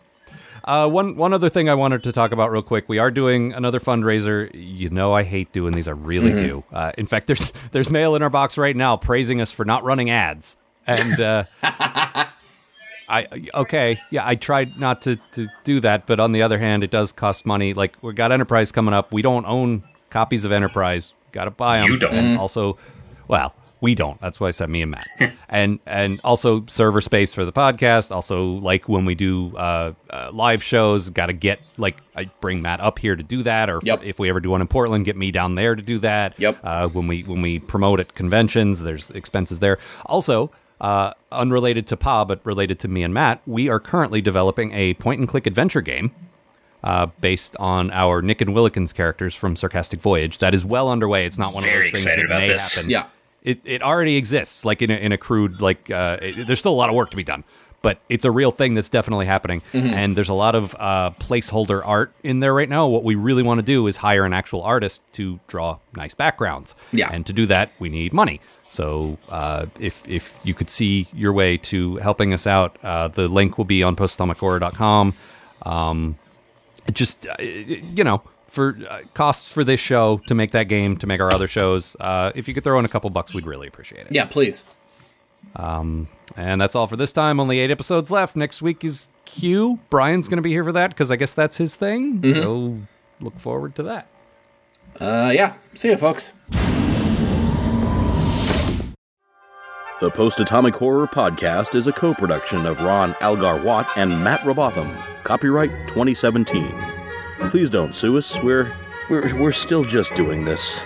Uh, one one other thing I wanted to talk about real quick. We are doing another fundraiser. You know I hate doing these. I really
Mm-hmm.
do. Uh, in fact, there's [LAUGHS] there's mail in our box right now praising us for not running ads. And
[LAUGHS]
uh, I okay, yeah, I tried not to to do that, but on the other hand, it does cost money. Like we got Enterprise coming up. We don't own copies of Enterprise. Got to buy them.
You don't.
Mm-hmm.
And also, well, we don't. That's why I said me
[LAUGHS]
and Matt. and and also server space for the podcast. Also, like when we do uh, uh, live shows, got to get like I bring Matt up here to do that, or
Yep.
if we ever do one in Portland, get me down there to do that.
Yep.
Uh, when we when we promote at conventions, there's expenses there. Also, uh, unrelated to Pa, but related to me and Matt, we are currently developing a point and click adventure game uh, based on our Nick and Willikins characters from Sarcastic Voyage. That is well underway. It's not one of
Very
those things
excited
that
about
may
this.
happen.
Yeah.
It, it already exists, like in a, in a crude, like uh, it- there's still a lot of work to be done, but it's a real thing that's definitely happening.
Mm-hmm.
And there's a lot of uh, placeholder art in there right now. What we really want to do is hire an actual artist to draw nice backgrounds.
Yeah.
And to do that, we need money. So uh, if if you could see your way to helping us out, uh, the link will be on postatomichorror.com just uh, you know for uh, costs for this show to make that game to make our other shows uh, if you could throw in a couple bucks we'd really appreciate it Um,
Yeah, please.
and that's all for this time only eight episodes left next week is q brian's gonna be here for that because i guess that's his thing so look forward to that
Uh, yeah. See ya, folks.
The Post Atomic Horror Podcast is a co production of Ron Algar Watt and Matt Robotham. Copyright 2017. Please don't sue us. We're, we're, we're still just doing this.